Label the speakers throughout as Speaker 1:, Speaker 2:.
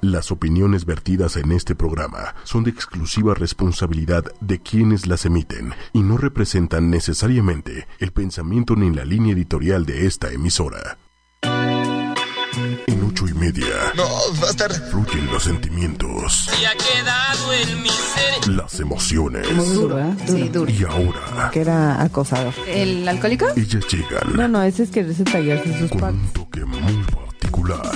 Speaker 1: Las opiniones vertidas en este programa son de exclusiva responsabilidad de quienes las emiten y no representan necesariamente el pensamiento ni la línea editorial de esta emisora. En ocho y media
Speaker 2: No, bastard.
Speaker 1: fluyen los sentimientos,
Speaker 3: y ha quedado en mi ser.
Speaker 1: las emociones
Speaker 4: Duro,
Speaker 5: Sí, duro.
Speaker 1: y ahora
Speaker 4: Que era acosador.
Speaker 5: ¿El alcohólico?
Speaker 1: ellas
Speaker 4: No,
Speaker 1: llegan
Speaker 4: no, ese es quererse tallarse sus
Speaker 1: con un
Speaker 4: patas.
Speaker 1: toque muy particular,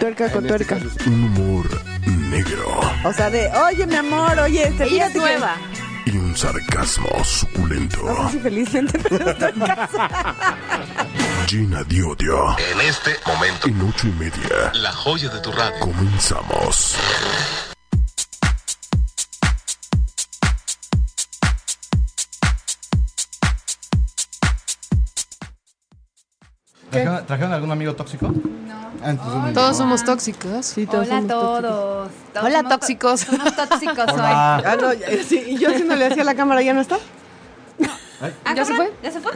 Speaker 4: Tuerca con tuerca.
Speaker 1: un humor negro
Speaker 4: O sea, de, oye, mi amor, oye, este
Speaker 5: Ella
Speaker 4: fíjate
Speaker 5: es
Speaker 4: que-
Speaker 5: nueva.
Speaker 1: y un sarcasmo suculento.
Speaker 4: No sé si felizmente, pero estoy casada.
Speaker 1: Gina Diodio.
Speaker 2: En este momento,
Speaker 1: En ocho y media
Speaker 2: la joya de tu radio.
Speaker 1: comenzamos.
Speaker 6: ¿Trajeron, trajeron algún amigo tóxico? No.
Speaker 7: Todos somos tóxicos.
Speaker 4: Sí, todos
Speaker 5: Hola a
Speaker 4: somos
Speaker 5: todos. Todos
Speaker 7: Hola,
Speaker 5: somos to-
Speaker 7: tóxicos.
Speaker 5: Somos tóxicos hoy.
Speaker 6: Hola.
Speaker 4: Ah, no, ya- sí, y yo no le hacía la cámara, ¿ya no está?
Speaker 5: Ah,
Speaker 7: ¿Ya se
Speaker 5: cabrón,
Speaker 7: fue?
Speaker 5: ¿Ya se fue?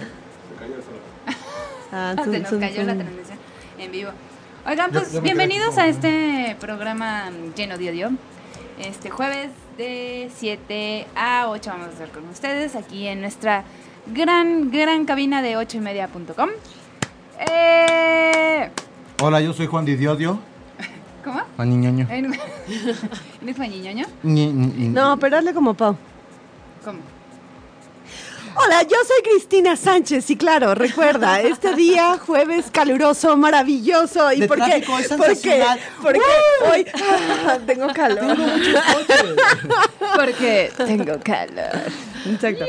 Speaker 4: Ah,
Speaker 5: Se
Speaker 4: tun,
Speaker 5: nos
Speaker 4: tun,
Speaker 5: cayó la
Speaker 4: tun.
Speaker 5: transmisión en vivo. Oigan,
Speaker 6: Yo-
Speaker 5: pues
Speaker 6: yo me quedé
Speaker 5: bienvenidos
Speaker 6: como-
Speaker 5: a este programa mm, lleno de odio. Este jueves de 7 a 8 vamos a estar con ustedes aquí en nuestra gran, gran cabina de 8 y media.com. Eh,
Speaker 6: Hola, yo soy Juan Didiodio.
Speaker 5: ¿Cómo?
Speaker 6: Juan Niñoño.
Speaker 5: ¿En, en español,
Speaker 4: No, pero hazle como Pau.
Speaker 5: ¿Cómo?
Speaker 4: Hola, yo soy Cristina Sánchez y claro, recuerda, este día jueves caluroso, maravilloso y
Speaker 6: De
Speaker 4: porque
Speaker 6: tráfico, es
Speaker 4: porque
Speaker 6: sensacional.
Speaker 4: porque hoy ah, tengo calor.
Speaker 5: Porque tengo calor.
Speaker 4: Exacto.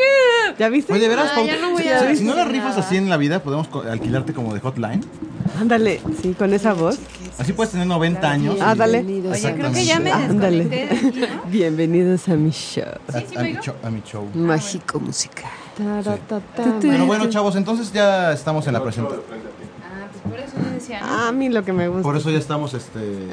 Speaker 4: ¿Ya viste?
Speaker 6: Oye, de veras,
Speaker 7: Ah,
Speaker 6: Pau,
Speaker 7: ya no voy a
Speaker 6: si- si
Speaker 7: decir
Speaker 6: no la rifas
Speaker 7: nada.
Speaker 6: así en la vida, podemos co- alquilarte como de hotline.
Speaker 4: Ándale, sí, con esa voz.
Speaker 6: Así puedes tener 90 años.
Speaker 4: Ah, dale.
Speaker 7: Bienvenidos
Speaker 5: Oye,
Speaker 7: a
Speaker 5: creo
Speaker 7: mi
Speaker 5: que ya me
Speaker 7: show.
Speaker 4: Ándale.
Speaker 5: desconecté de aquí, ¿no?
Speaker 4: Bienvenidos a mi show.
Speaker 6: A,
Speaker 5: Sí, sí,
Speaker 6: a
Speaker 5: me
Speaker 6: mi
Speaker 5: oigo.
Speaker 6: show, a mi show.
Speaker 7: Mágico musical.
Speaker 6: Pero bueno, chavos, entonces ya estamos en la presentación.
Speaker 5: Ah, pues por eso yo decía, ¿no?
Speaker 4: A mí lo que me gusta.
Speaker 6: Por eso ya estamos este,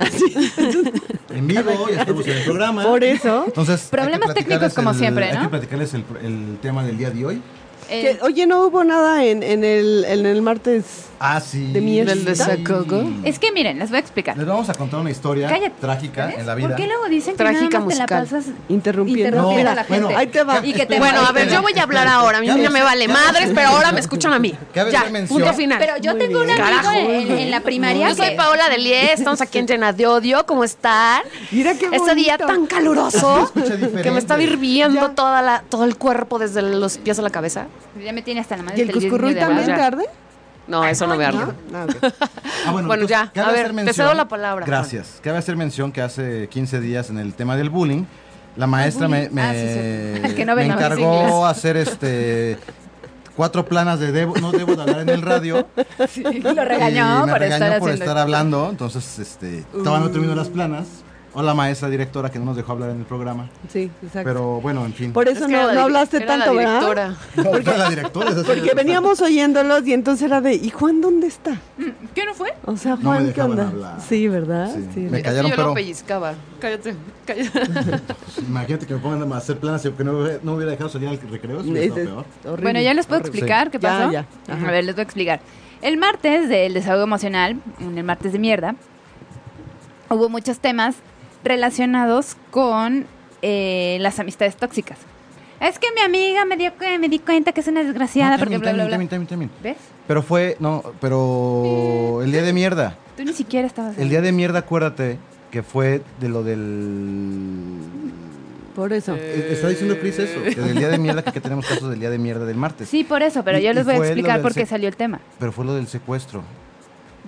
Speaker 6: en vivo, ya estamos en el programa.
Speaker 4: Por eso.
Speaker 6: Entonces, hay que
Speaker 5: Problemas técnicos
Speaker 6: platicarles
Speaker 5: como
Speaker 6: el-
Speaker 5: siempre,
Speaker 6: Hay que
Speaker 5: ¿no?
Speaker 6: platicarles el, el tema del día de hoy.
Speaker 7: Ah,
Speaker 5: Eh,
Speaker 4: Que, oye, no hubo nada en, en el, en el martes.
Speaker 6: Ah, sí.
Speaker 4: De mi ¿Del
Speaker 6: Sí.
Speaker 7: desacogo?
Speaker 5: es que miren, les voy a explicar.
Speaker 6: Les vamos a contar una historia
Speaker 5: Cállate.
Speaker 6: trágica
Speaker 5: ¿Ves?
Speaker 6: en la vida.
Speaker 5: ¿Por qué luego dicen que
Speaker 7: Trágica
Speaker 5: nada más te la
Speaker 7: musical.
Speaker 5: pasas
Speaker 4: Interrumpiendo.
Speaker 5: interrumpiendo
Speaker 6: No,
Speaker 5: a la gente?
Speaker 6: bueno,
Speaker 4: ahí te va.
Speaker 5: Y que te
Speaker 7: Bueno,
Speaker 5: va-
Speaker 7: a ver, yo voy a hablar ahora. A mí
Speaker 6: Cabe
Speaker 7: ya me
Speaker 6: hacer-
Speaker 7: vale
Speaker 6: cabe
Speaker 7: madres,
Speaker 6: hacer-
Speaker 7: pero ahora me escuchan a mí.
Speaker 6: Cabe
Speaker 7: Ya,
Speaker 6: hacer mención.
Speaker 7: punto final.
Speaker 5: Pero yo tengo un amigo
Speaker 7: Carajo.
Speaker 5: en, en la primaria
Speaker 7: Yo soy
Speaker 5: que-
Speaker 7: Paola de Lié, estamos aquí en Llena de Odio. ¿Cómo están?
Speaker 4: Mira qué
Speaker 7: Este día
Speaker 4: bonito.
Speaker 7: tan caluroso
Speaker 6: escucha diferente.
Speaker 7: que me está
Speaker 4: Ya.
Speaker 7: hirviendo toda la, todo el cuerpo, desde los pies a la cabeza.
Speaker 5: Ya me tiene hasta la madre
Speaker 4: ¿Y el
Speaker 5: del
Speaker 4: cuscurruy
Speaker 5: diseño de
Speaker 4: también
Speaker 7: verdad.
Speaker 4: te
Speaker 5: abajo.
Speaker 4: arde?
Speaker 7: No, eso no me arde.
Speaker 4: Ah, ok.
Speaker 6: Ah,
Speaker 7: Bueno,
Speaker 6: entonces,
Speaker 7: ya.
Speaker 6: cabe
Speaker 7: A ver,
Speaker 6: hacer
Speaker 7: te cedo la palabra, Juan.
Speaker 6: Gracias. Cabe hacer mención que hace 15 días en el tema del bullying, la maestra me,
Speaker 5: bullying. Ah, sí,
Speaker 6: me-
Speaker 5: cierto. Que no
Speaker 6: me
Speaker 5: ven las
Speaker 6: encargó
Speaker 5: siglas.
Speaker 6: hacer este cuatro planas de debo, no debo de hablar en el radio.
Speaker 5: Sí, Lo
Speaker 6: y
Speaker 5: regañó
Speaker 6: me
Speaker 5: por
Speaker 6: regañó
Speaker 5: estar
Speaker 6: por
Speaker 5: haciendo.
Speaker 6: estar hablando. Entonces, este, todavía no termino las planas. Hola maestra directora que no nos dejó hablar en el programa.
Speaker 4: Sí, exacto.
Speaker 6: Pero bueno, en fin.
Speaker 4: Por eso
Speaker 7: Es que
Speaker 4: no,
Speaker 7: era la
Speaker 4: no
Speaker 7: di-
Speaker 4: hablaste
Speaker 7: era la
Speaker 4: tanto, ¿verdad?
Speaker 7: directora.
Speaker 6: No, fue la directora, esa
Speaker 4: Porque
Speaker 6: señora.
Speaker 4: veníamos oyéndolos y entonces era de, ¿y Juan dónde está?
Speaker 5: ¿Qué no fue?
Speaker 4: O sea,
Speaker 6: me
Speaker 4: Juan, ¿qué
Speaker 6: dejaban
Speaker 4: onda?
Speaker 6: hablar.
Speaker 4: Sí, ¿verdad?
Speaker 6: Sí.
Speaker 4: Sí.
Speaker 6: Me callaron,
Speaker 7: yo
Speaker 6: pero-
Speaker 7: lo pellizcaba. Cállate, cállate.
Speaker 6: Imagínate que me pongan a hacer planas y que no, hubiera- no hubiera dejado salir al recreo, eso hubiera
Speaker 4: Es-
Speaker 6: estado
Speaker 4: es
Speaker 6: peor.
Speaker 4: horrible.
Speaker 5: Bueno, ya les puedo
Speaker 4: Horrible.
Speaker 5: explicar qué pasó.
Speaker 4: Ya, ya. Ajá.
Speaker 5: A ver, les voy a explicar. El martes del desahogo emocional, en el martes de mierda, hubo muchos temas relacionados con eh, las amistades tóxicas. Es que mi amiga me, dio, cu- me di cuenta que es una desgraciada
Speaker 6: No,
Speaker 5: porque
Speaker 6: timing,
Speaker 5: bla, bla, bla.
Speaker 6: timing, timing, timing, timing.
Speaker 5: ¿Ves?
Speaker 6: Pero fue, no, pero el día de mierda.
Speaker 5: Tú ni siquiera estabas
Speaker 6: El
Speaker 5: ahí.
Speaker 6: día de mierda, acuérdate que fue de lo del.
Speaker 4: Por eso.
Speaker 6: Eh, Está diciendo Cris eso. que Del día de mierda, que, que tenemos casos del día de mierda del martes.
Speaker 5: Sí, por eso, pero
Speaker 6: Y-
Speaker 5: yo
Speaker 6: y
Speaker 5: les voy a
Speaker 6: fue lo
Speaker 5: explicar
Speaker 6: del
Speaker 5: por qué
Speaker 6: sec-
Speaker 5: salió el tema.
Speaker 6: Pero fue lo del secuestro.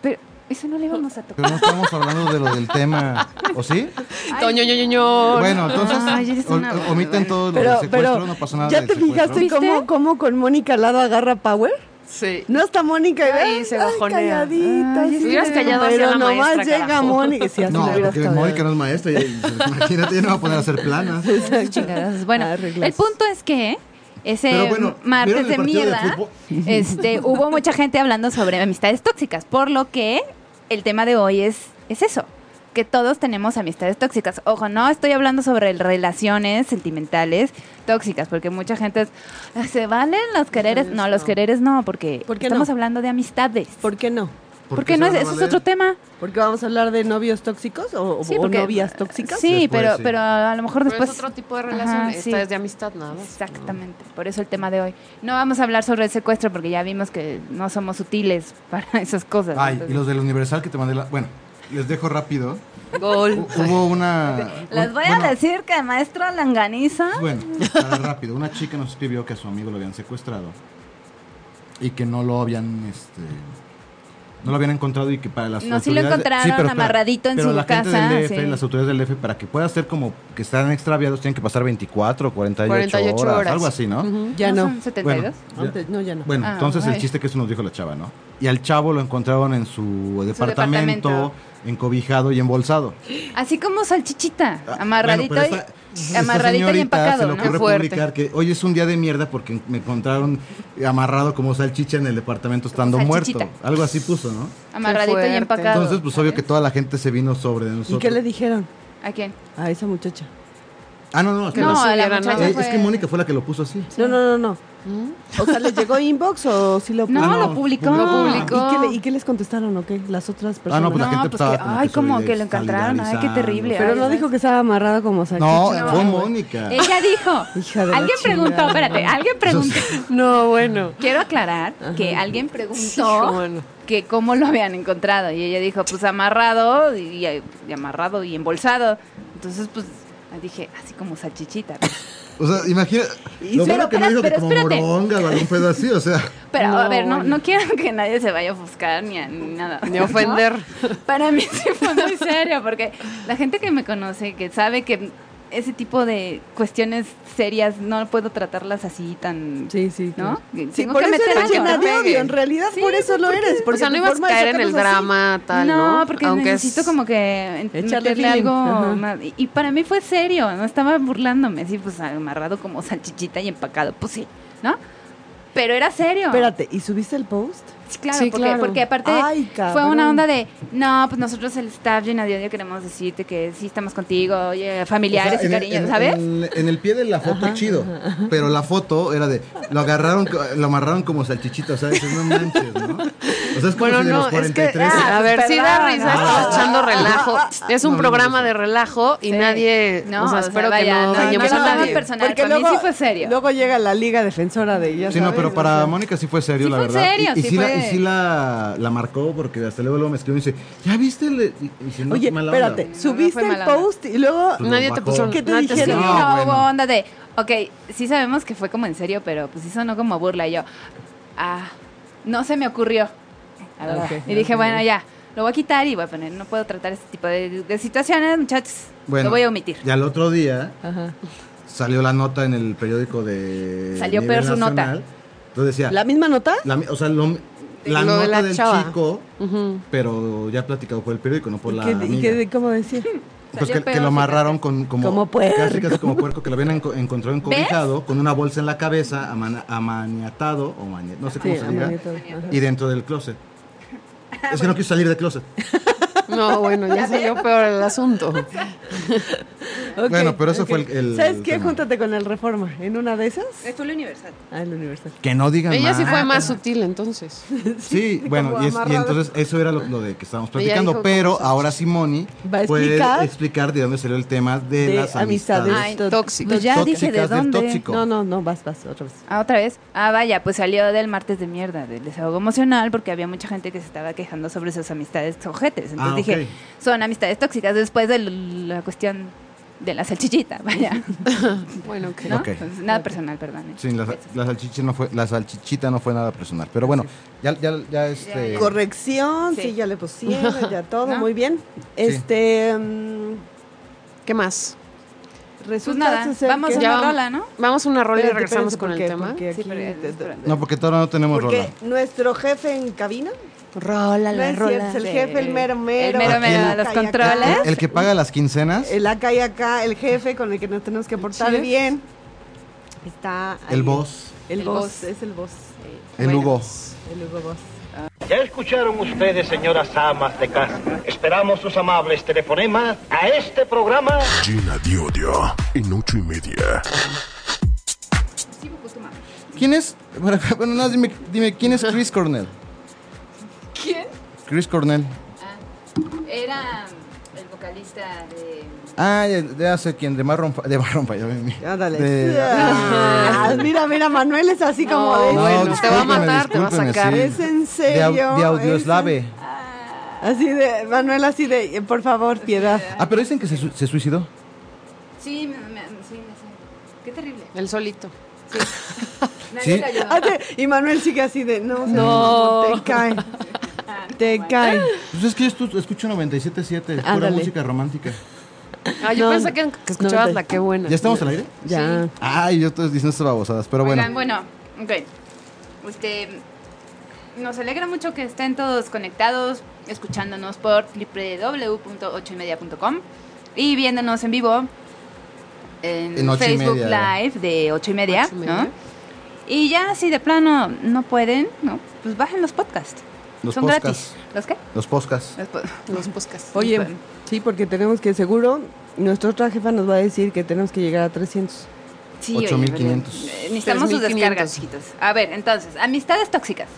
Speaker 5: Pero eso no le íbamos a tocar.
Speaker 6: Pero no estamos hablando de lo del tema. ¿O sí?
Speaker 7: Toño, ño, ño,
Speaker 4: Oh,
Speaker 7: ño.
Speaker 6: Bueno, entonces.
Speaker 5: Ay, eres
Speaker 6: o-
Speaker 5: una
Speaker 6: o-
Speaker 5: buena,
Speaker 6: omiten
Speaker 5: bueno.
Speaker 6: todo lo
Speaker 4: Pero,
Speaker 6: del secuestro,
Speaker 4: pero,
Speaker 6: no pasó nada.
Speaker 4: ¿ya
Speaker 6: del
Speaker 4: te
Speaker 6: secuestro.
Speaker 4: fijaste cómo,
Speaker 5: ¿Viste?
Speaker 4: cómo con Mónica Lado agarra Power?
Speaker 7: Sí.
Speaker 4: No está Mónica y
Speaker 7: Ay,
Speaker 4: ve,
Speaker 7: se
Speaker 4: ay,
Speaker 7: bajonea.
Speaker 4: calladita,
Speaker 5: Ay,
Speaker 4: sí,
Speaker 5: si hubieras callado
Speaker 7: así a
Speaker 4: pero
Speaker 7: la
Speaker 4: nomás
Speaker 7: maestra,
Speaker 4: llega
Speaker 7: carajo.
Speaker 4: Mónica y si así
Speaker 6: No,
Speaker 4: le hubieras
Speaker 6: porque
Speaker 4: callado.
Speaker 6: Mónica no es maestra. ya- Imagínate, ya no va a poder hacer planas.
Speaker 5: Sus chingaderas. Bueno,
Speaker 4: Arreglas.
Speaker 5: el punto es que ese
Speaker 6: Pero bueno,
Speaker 5: martes
Speaker 6: ¿vieron el
Speaker 5: de
Speaker 6: partido de
Speaker 5: mierda
Speaker 6: fútbol?
Speaker 5: este, hubo mucha gente hablando sobre amistades tóxicas, por lo que el tema de hoy es, es eso, que todos tenemos amistades tóxicas. Ojo, no estoy hablando sobre el- relaciones sentimentales tóxicas, porque mucha gente es, "Ah, ¿se valen los quereres? No, los quereres no, porque
Speaker 4: ¿Por qué
Speaker 5: estamos
Speaker 4: no?
Speaker 5: hablando de amistades.
Speaker 4: ¿Por qué no?
Speaker 5: ¿Por qué no?
Speaker 6: se
Speaker 5: Es,
Speaker 6: van a
Speaker 5: eso es
Speaker 6: valer?
Speaker 5: otro tema.
Speaker 4: Porque vamos a hablar de novios tóxicos o,
Speaker 5: Sí,
Speaker 4: o
Speaker 5: porque-
Speaker 4: novias tóxicas.
Speaker 5: Sí,
Speaker 6: Después,
Speaker 5: pero,
Speaker 6: sí.
Speaker 5: pero a lo mejor
Speaker 7: Pero
Speaker 5: después...
Speaker 7: es otro tipo de relación.
Speaker 5: Ajá,
Speaker 7: Esta
Speaker 5: sí.
Speaker 7: es de amistad nada más.
Speaker 5: Exactamente, por eso el tema de hoy. No vamos a hablar sobre el secuestro porque ya vimos que no somos sutiles para esas cosas.
Speaker 6: Ay, y
Speaker 5: entonces-
Speaker 6: los del Universal que te mandé la... Bueno, les dejo rápido.
Speaker 7: Gol.
Speaker 6: Hu- Hubo una...
Speaker 5: Les
Speaker 6: un-
Speaker 5: voy a
Speaker 6: bueno,
Speaker 5: decir que maestra Langaniza...
Speaker 6: Bueno, para rápido. Una chica nos escribió que a su amigo lo habían secuestrado y que no lo habían, este, no lo habían encontrado y que para las
Speaker 5: No,
Speaker 6: autoridades...
Speaker 5: sí lo encontraron
Speaker 6: pero espera,
Speaker 5: amarradito en
Speaker 6: pero
Speaker 5: su
Speaker 6: la gente
Speaker 5: casa,
Speaker 6: del DF,
Speaker 5: sí.
Speaker 6: las autoridades del DF, para que pueda ser como que están extraviados, tienen que pasar 24, 48,
Speaker 7: 48
Speaker 6: horas,
Speaker 7: horas.
Speaker 6: algo así, ¿no?
Speaker 4: Ya no.
Speaker 5: son 72?
Speaker 6: Bueno, ya-
Speaker 4: Antes- no, ya no.
Speaker 6: bueno,
Speaker 5: Ah,
Speaker 6: entonces
Speaker 5: ay.
Speaker 6: el chiste que eso nos dijo la chava, ¿no? Y al chavo lo encontraron en su departamento,
Speaker 5: departamento.
Speaker 6: encobijado y embolsado.
Speaker 5: Así como salchichita,
Speaker 6: Ah,
Speaker 5: amarradito
Speaker 6: bueno, pero
Speaker 5: y,
Speaker 6: esta- esta
Speaker 5: amarradito y
Speaker 6: señorita Se
Speaker 5: empacado,
Speaker 6: le
Speaker 5: ¿no?
Speaker 6: ocurre
Speaker 7: Qué fuerte.
Speaker 6: publicar que hoy es un día de mierda porque me encontraron amarrado como salchicha en el departamento estando muerto.
Speaker 5: salchichita.
Speaker 6: Algo así puso, ¿no?
Speaker 5: Amarradito y
Speaker 7: fuerte.
Speaker 5: empacado.
Speaker 6: Entonces, pues obvio que toda la gente se vino sobre de nosotros.
Speaker 4: ¿Y qué le dijeron
Speaker 5: ¿A quién?
Speaker 4: a esa muchacha?
Speaker 6: Ah, no, no, es que,
Speaker 5: No,
Speaker 7: lo
Speaker 5: a la
Speaker 7: subieran, ¿no?
Speaker 5: muchacha
Speaker 6: eh,
Speaker 5: fue-
Speaker 6: es que Mónica fue la que lo puso así.
Speaker 4: No, no, no, no. O sea, ¿les llegó inbox o sí lo
Speaker 5: ¿Mm? No,
Speaker 6: Ah, no,
Speaker 5: lo publicó.
Speaker 6: lo
Speaker 7: publicó.
Speaker 4: ¿Y, qué le- y qué les contestaron o qué? Las otras
Speaker 6: Ah,
Speaker 4: personas.
Speaker 6: no, pues la
Speaker 5: No,
Speaker 6: gente
Speaker 5: pues
Speaker 6: estaba
Speaker 5: que- ay, como que lo
Speaker 6: solidar-
Speaker 5: encontraron, ay, qué terrible,
Speaker 4: Pero
Speaker 5: ay,
Speaker 4: no
Speaker 5: ¿sabes?
Speaker 4: dijo que estaba amarrado como
Speaker 6: No,
Speaker 4: salchicha.
Speaker 6: fue
Speaker 4: güey.
Speaker 6: Mónica.
Speaker 5: Ella dijo.
Speaker 4: Hija de la
Speaker 5: alguien preguntó,
Speaker 4: chingada.
Speaker 5: espérate, alguien preguntó.
Speaker 7: No, bueno.
Speaker 5: Quiero aclarar que alguien preguntó
Speaker 7: Hijo, bueno.
Speaker 5: que cómo lo habían encontrado. Y ella dijo, pues amarrado y, y amarrado y embolsado. Entonces, pues dije, así como salchichita.
Speaker 6: O sea, imagina.
Speaker 5: Y
Speaker 6: Lo
Speaker 5: sí, pero
Speaker 6: bueno que no dijo que
Speaker 5: espérate,
Speaker 6: como
Speaker 5: espérate.
Speaker 6: moronga o algún pedo así, o sea.
Speaker 5: Pero a
Speaker 7: No,
Speaker 5: ver, no,
Speaker 7: bueno.
Speaker 5: no quiero que nadie se vaya a ofuscar ni, a- ni nada.
Speaker 7: Ni ofender.
Speaker 5: Para mí sí fue muy serio, porque la gente que me conoce, que sabe que ese tipo de cuestiones serias no puedo tratarlas así tan...
Speaker 4: Sí, sí.
Speaker 5: ¿No?
Speaker 4: claro.
Speaker 5: Tengo
Speaker 4: Sí,
Speaker 5: que
Speaker 4: por eso
Speaker 5: meter
Speaker 4: eres
Speaker 5: algo,
Speaker 4: llena
Speaker 5: ¿no?
Speaker 4: de odio. En realidad,
Speaker 5: Sí,
Speaker 4: por eso lo eres.
Speaker 7: o
Speaker 4: Porque
Speaker 7: sea, no
Speaker 4: tu
Speaker 7: ibas a
Speaker 4: forma de
Speaker 7: caer en
Speaker 4: sacarlos
Speaker 7: el
Speaker 4: así.
Speaker 7: drama, tal, ¿no?
Speaker 5: no, porque
Speaker 7: es-
Speaker 5: necesito como que en-
Speaker 4: Echarle
Speaker 5: meterle
Speaker 4: feeling,
Speaker 5: algo
Speaker 4: ajá.
Speaker 5: más. Y, y para mí fue serio, no estaba burlándome, sí, pues amarrado como salchichita y empacado, pues sí, ¿no? Pero era serio.
Speaker 4: Espérate, ¿y subiste el post?
Speaker 5: Sí, claro,
Speaker 7: Sí,
Speaker 5: porque,
Speaker 7: claro.
Speaker 5: porque aparte
Speaker 4: Ay,
Speaker 5: fue
Speaker 4: cabrón.
Speaker 5: una onda de, no, pues nosotros el staff llena de odio queremos decirte que sí estamos contigo, oye, familiares
Speaker 6: O sea,
Speaker 5: y
Speaker 6: en el-
Speaker 5: cariño,
Speaker 6: en-
Speaker 5: ¿sabes?
Speaker 6: En, en el pie de la foto, chido. Pero la foto era de. Lo agarraron, co- lo amarraron como salchichita. O sea, dices, no manches, ¿no? O sea, es como
Speaker 7: Bueno,
Speaker 6: si de los
Speaker 7: no, es que,
Speaker 6: 43.
Speaker 7: ah, a ver, sí da
Speaker 5: Perdón.
Speaker 7: risa, estamos echando relajo. Es un
Speaker 6: No, no,
Speaker 7: programa de relajo
Speaker 5: Sí.
Speaker 7: y nadie,
Speaker 5: No,
Speaker 7: o sea,
Speaker 5: o sea,
Speaker 7: espero
Speaker 5: vaya,
Speaker 7: que no
Speaker 5: no,
Speaker 7: dañemos
Speaker 5: no,
Speaker 7: a
Speaker 5: no,
Speaker 7: nadie.
Speaker 5: no, personal, para mí sí fue serio.
Speaker 4: Luego llega la liga defensora de ella.
Speaker 6: Sí, no, pero para Mónica sí fue serio,
Speaker 5: Sí
Speaker 6: la
Speaker 5: fue
Speaker 6: verdad.
Speaker 5: serio,
Speaker 6: y, y
Speaker 5: sí
Speaker 6: sí, la, y
Speaker 5: fue-
Speaker 6: sí la, la marcó porque hasta luego, luego me escribió y dice, ¿ya viste? el- y- y dice, no,
Speaker 4: Oye,
Speaker 6: mala onda".
Speaker 4: espérate,
Speaker 5: no
Speaker 4: subiste
Speaker 5: fue
Speaker 4: el
Speaker 5: mala onda.
Speaker 4: post y luego.
Speaker 6: Pues lo
Speaker 7: Nadie te
Speaker 6: bajó.
Speaker 7: puso
Speaker 4: ¿Qué te
Speaker 7: nadie
Speaker 5: Sí,
Speaker 4: dijeron?
Speaker 5: no,
Speaker 6: No, bueno.
Speaker 5: hubo onda de, ok, sí sabemos que fue como en serio, pero pues sí sonó como burla. Y yo, ah, no se me ocurrió. A ver,
Speaker 4: Ok,
Speaker 5: y dije,
Speaker 4: ok.
Speaker 5: bueno, ya, lo voy a quitar y voy a poner, no puedo tratar este tipo de, de situaciones, muchachos.
Speaker 6: Bueno,
Speaker 5: lo voy a omitir.
Speaker 6: Y al otro día
Speaker 4: Ajá.
Speaker 6: salió la nota en el periódico de.
Speaker 5: Salió
Speaker 6: nivel
Speaker 5: peor su nota.
Speaker 6: nacional. Entonces decía,
Speaker 4: ¿La misma nota?
Speaker 6: la mi- o sea, lo- la
Speaker 7: Lo de
Speaker 6: nota
Speaker 7: la
Speaker 6: del
Speaker 7: chava.
Speaker 6: chico, pero ya platicado por el periódico, no por
Speaker 4: ¿Y
Speaker 6: la.
Speaker 4: qué- ¿Y
Speaker 6: amiga.
Speaker 4: qué, cómo decía?
Speaker 6: Pues
Speaker 5: Salió
Speaker 6: que,
Speaker 5: peor,
Speaker 6: que lo
Speaker 5: fíjate.
Speaker 6: amarraron con, como,
Speaker 4: Como puerco.
Speaker 6: Casi, casi como puerco, que lo habían enco- encontrado encobijado con una bolsa en la cabeza, amana- amaniatado, o mani- no sé cómo se diga,
Speaker 4: amanito, ajá.
Speaker 6: y dentro del closet. Es que no quiso salir del closet.
Speaker 7: No, bueno, ya salió peor el asunto.
Speaker 4: Ok,
Speaker 6: Bueno, pero eso
Speaker 4: ok.
Speaker 6: fue el- el
Speaker 4: ¿Sabes qué?
Speaker 6: tema.
Speaker 4: Júntate con el Reforma. ¿En una de esas?
Speaker 5: Fue lo universal.
Speaker 4: Ah, el Universal.
Speaker 6: Que no digan
Speaker 7: Ella
Speaker 6: más.
Speaker 7: sí fue más sutil entonces.
Speaker 6: Ah, Sí, bueno,
Speaker 4: como
Speaker 6: y, es- y
Speaker 4: amarrada.
Speaker 6: entonces eso era lo, lo de que estábamos
Speaker 7: Ella dijo
Speaker 6: platicando, pero
Speaker 7: como-
Speaker 6: ahora Simoni
Speaker 4: Va a
Speaker 6: puede
Speaker 4: explicar-
Speaker 6: explicar de dónde salió el tema de,
Speaker 4: De
Speaker 6: las amistades,
Speaker 4: amistades.
Speaker 7: Ay, tóxico.
Speaker 5: Pues ya dije de
Speaker 6: tóxicas, del
Speaker 5: dónde.
Speaker 6: tóxico.
Speaker 4: No, no, no, vas, vas, otra vez.
Speaker 5: Ah, otra vez. Ah, vaya, pues salió del martes de mierda, del desahogo emocional, porque había mucha gente que se estaba quejando sobre sus amistades ojetes. Entonces
Speaker 6: Ah,
Speaker 5: dije,
Speaker 6: ok.
Speaker 5: son amistades tóxicas después de l- la cuestión de la salchichita, vaya.
Speaker 7: Bueno, que
Speaker 5: ¿no?
Speaker 6: Ok.
Speaker 5: Entonces, nada personal, perdón. ¿eh?
Speaker 6: Sí, la, la salchicha no fue, la salchichita no fue nada personal. Pero bueno, ya, ya, ya este.
Speaker 4: Corrección, sí,
Speaker 5: Sí.
Speaker 4: ya le pusieron, ya todo,
Speaker 5: ¿No?
Speaker 4: muy bien. Este. mm,
Speaker 7: ¿Qué más?
Speaker 5: Pues
Speaker 4: resulta
Speaker 5: nada,
Speaker 4: ser
Speaker 5: vamos
Speaker 4: que-
Speaker 5: a
Speaker 7: Ya
Speaker 5: una
Speaker 7: vamos.
Speaker 5: rola, ¿no?
Speaker 7: Vamos a una rola y
Speaker 4: Espérate,
Speaker 7: regresamos
Speaker 4: espérate,
Speaker 7: con el
Speaker 4: porque-
Speaker 7: tema.
Speaker 4: porque
Speaker 5: Sí,
Speaker 4: aquí-
Speaker 5: pero es- espérate.
Speaker 6: No, porque todavía no tenemos
Speaker 4: Porque
Speaker 6: rola.
Speaker 4: nuestro jefe en cabina,
Speaker 5: Rola,
Speaker 4: No es cierto, es el jefe, el mero mero.
Speaker 5: El mero
Speaker 6: Aquí
Speaker 5: mero,
Speaker 6: el-
Speaker 5: los
Speaker 4: Acá y acá.
Speaker 5: controles.
Speaker 6: El que paga las quincenas,
Speaker 4: el acá y acá, el jefe con el que nos tenemos que portar
Speaker 7: chef.
Speaker 4: bien, está. ahí.
Speaker 6: el boss,
Speaker 4: El,
Speaker 5: El
Speaker 4: boss,
Speaker 5: boss.
Speaker 4: es el boss,
Speaker 6: el Hugo.
Speaker 4: el Hugo Boss.
Speaker 8: Ya escucharon ustedes, señoras amas de casa. Esperamos sus amables telefonemas a este programa.
Speaker 1: Llena de odio. En ocho y media.
Speaker 6: ¿Quién es? Bueno, nada, dime, dime, ¿quién es Chris Cornell?
Speaker 5: ¿Quién?
Speaker 6: Chris Cornell.
Speaker 5: Era mm, el vocalista de.
Speaker 6: Ah, ya, ya sé quién, de Marron De Marron ya ven.
Speaker 4: Ándale.
Speaker 6: De-
Speaker 4: Ah, mira, mira, Manuel es así como de.
Speaker 7: No, bueno, te va a
Speaker 6: discúlpeme,
Speaker 7: matar, te va a
Speaker 6: discúlpeme,
Speaker 7: sacar.
Speaker 6: sí.
Speaker 4: Es en
Speaker 6: De,
Speaker 4: serio.
Speaker 6: au- de
Speaker 4: es-
Speaker 6: Audioslave.
Speaker 5: ah,
Speaker 4: Así de, Manuel, así de, eh, por favor, piedad.
Speaker 6: Ah, pero dicen que se, su- se suicidó.
Speaker 5: Sí, me- me- sí, me sé. Qué terrible.
Speaker 7: El solito.
Speaker 5: Nadie
Speaker 6: ¿Sí?
Speaker 5: le ayudó.
Speaker 4: Ah, te- Y Manuel sigue así de, no, no,
Speaker 7: No.
Speaker 4: te cae,
Speaker 5: Ah,
Speaker 4: te cae.
Speaker 6: Pues es que yo estu- escucho 97.7, pura
Speaker 4: Ándale.
Speaker 6: música romántica.
Speaker 7: Ah, yo
Speaker 4: No,
Speaker 7: pensé que, que escuchabas
Speaker 4: no,
Speaker 7: la que buena.
Speaker 6: ¿Ya estamos al aire?
Speaker 4: Ya.
Speaker 6: Ay, yo todos diciendo estas babosadas, pero bueno.
Speaker 5: Oigan, bueno, ok. Este, nos alegra mucho que estén todos conectados, escuchándonos por www.ochoymedia.com y viéndonos en vivo en,
Speaker 6: En ocho y
Speaker 5: Facebook
Speaker 6: media.
Speaker 5: Live de 8 y media,
Speaker 7: Ocho y media.
Speaker 5: ¿no? Y ya si de plano no pueden, ¿no? Pues bajen los podcasts.
Speaker 6: Los
Speaker 5: Son
Speaker 6: podcasts.
Speaker 5: gratis. ¿Los qué?
Speaker 6: Los podcasts.
Speaker 5: Los po-
Speaker 7: Los podcasts.
Speaker 4: Oye, sí, porque tenemos que, seguro, nuestra otra jefa nos va a decir que tenemos que llegar a 300.
Speaker 5: Sí,
Speaker 6: Ocho
Speaker 5: oye,
Speaker 6: mil quinientos.
Speaker 5: eh, Necesitamos sus
Speaker 7: 3,500.
Speaker 5: descargas, chiquitos. A ver, entonces, amistades tóxicas.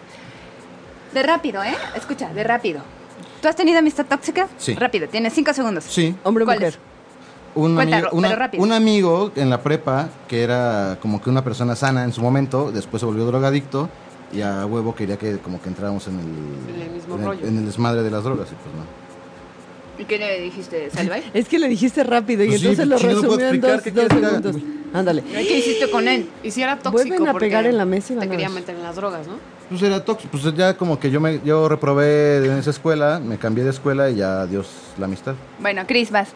Speaker 5: De rápido, ¿eh? Escucha, de rápido. ¿Tú has tenido amistad tóxica?
Speaker 6: Sí.
Speaker 5: Rápido, tienes cinco segundos.
Speaker 6: Sí.
Speaker 4: Hombre o
Speaker 5: ¿Cuál
Speaker 4: mujer.
Speaker 5: es?
Speaker 6: Un,
Speaker 5: Cuéntalo,
Speaker 6: amigo,
Speaker 5: pero
Speaker 6: una-
Speaker 5: rápido.
Speaker 6: un amigo en la prepa que era como que una persona sana en su momento, después se volvió drogadicto y a huevo quería que como que entráramos en el,
Speaker 7: En el mismo
Speaker 6: en
Speaker 7: rollo.
Speaker 6: en el desmadre de las drogas y pues no.
Speaker 5: ¿Y qué le dijiste, Salvay?
Speaker 4: Es que le dijiste rápido y
Speaker 6: Pues sí,
Speaker 4: entonces lo
Speaker 6: chingado, puedo
Speaker 4: resumió en
Speaker 6: explicar
Speaker 4: dos,
Speaker 6: qué
Speaker 4: dos
Speaker 6: quieres que haga.
Speaker 4: segundos. Ándale.
Speaker 5: ¿Qué hiciste con él?
Speaker 7: Y si era tóxico.
Speaker 4: Vuelven a
Speaker 7: porque
Speaker 4: pegar en la mesa y
Speaker 7: Te
Speaker 4: van a
Speaker 7: quería
Speaker 4: ver.
Speaker 7: meter en las drogas, ¿no?
Speaker 6: Pues era tóxico, pues ya como que yo me yo reprobé en esa escuela, me cambié de escuela y ya adiós la amistad.
Speaker 5: Bueno, Cris, vas.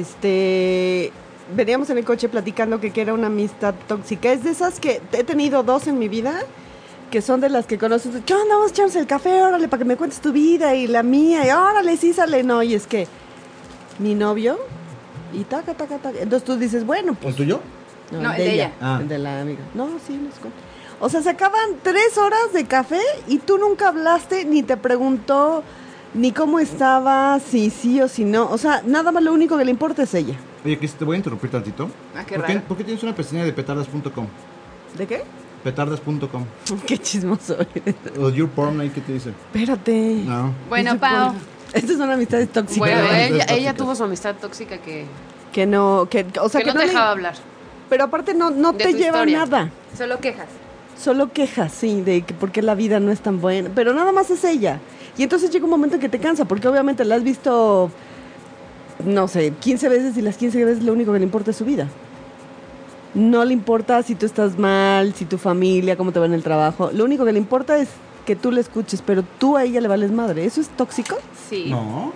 Speaker 4: Este. Veníamos en el coche platicando que, que era una amistad tóxica. Es de esas que he tenido dos en mi vida, que son de las que conoces. ¿Qué onda? Vamos a echarnos el café, órale, para que me cuentes tu vida y la mía. Y órale, sí, sale. No, y es que mi novio. Y taca, taca, taca. Entonces tú dices, bueno, pues.
Speaker 6: ¿El tuyo?
Speaker 5: No, el de ella.
Speaker 6: Ah.
Speaker 4: El de la amiga. No, sí, les cuento. O sea, se acaban tres horas de café y tú nunca hablaste ni te preguntó ni cómo estaba, si sí o si no. O sea, nada más lo único que le importa es ella.
Speaker 6: Oye, Cris, te voy a interrumpir tantito.
Speaker 5: Ah, qué
Speaker 6: ¿Por qué,
Speaker 5: raro.
Speaker 6: por qué tienes una pestaña de petardas.com?
Speaker 4: ¿De qué?
Speaker 6: Petardas.com.
Speaker 4: Qué chismoso eres.
Speaker 6: O your porn ahí que te dice.
Speaker 4: Espérate.
Speaker 6: No.
Speaker 5: Bueno, Pau.
Speaker 4: "Pues, Estas son amistades tóxicas.
Speaker 7: bueno,
Speaker 6: pero-
Speaker 7: ella,
Speaker 6: Tóxicas.
Speaker 7: ella tuvo su amistad tóxica que,
Speaker 4: Que no, eh. que, o sea,
Speaker 7: que no te
Speaker 4: le-
Speaker 7: dejaba hablar.
Speaker 4: Pero aparte no, no
Speaker 7: De
Speaker 4: te
Speaker 7: tu
Speaker 4: lleva
Speaker 7: historia.
Speaker 4: nada.
Speaker 5: Solo quejas.
Speaker 4: Solo quejas, sí, de que por qué la vida no es tan buena. Pero nada más es ella. Y entonces llega un momento en que te cansa, porque obviamente la has visto, no sé, 15 veces y las 15 veces lo único que le importa es su vida. No le importa si tú estás mal, si tu familia, cómo te va en el trabajo. Lo único que le importa es que tú le escuches, pero tú a ella le vales madre. ¿Eso es tóxico?
Speaker 5: Sí.
Speaker 6: No,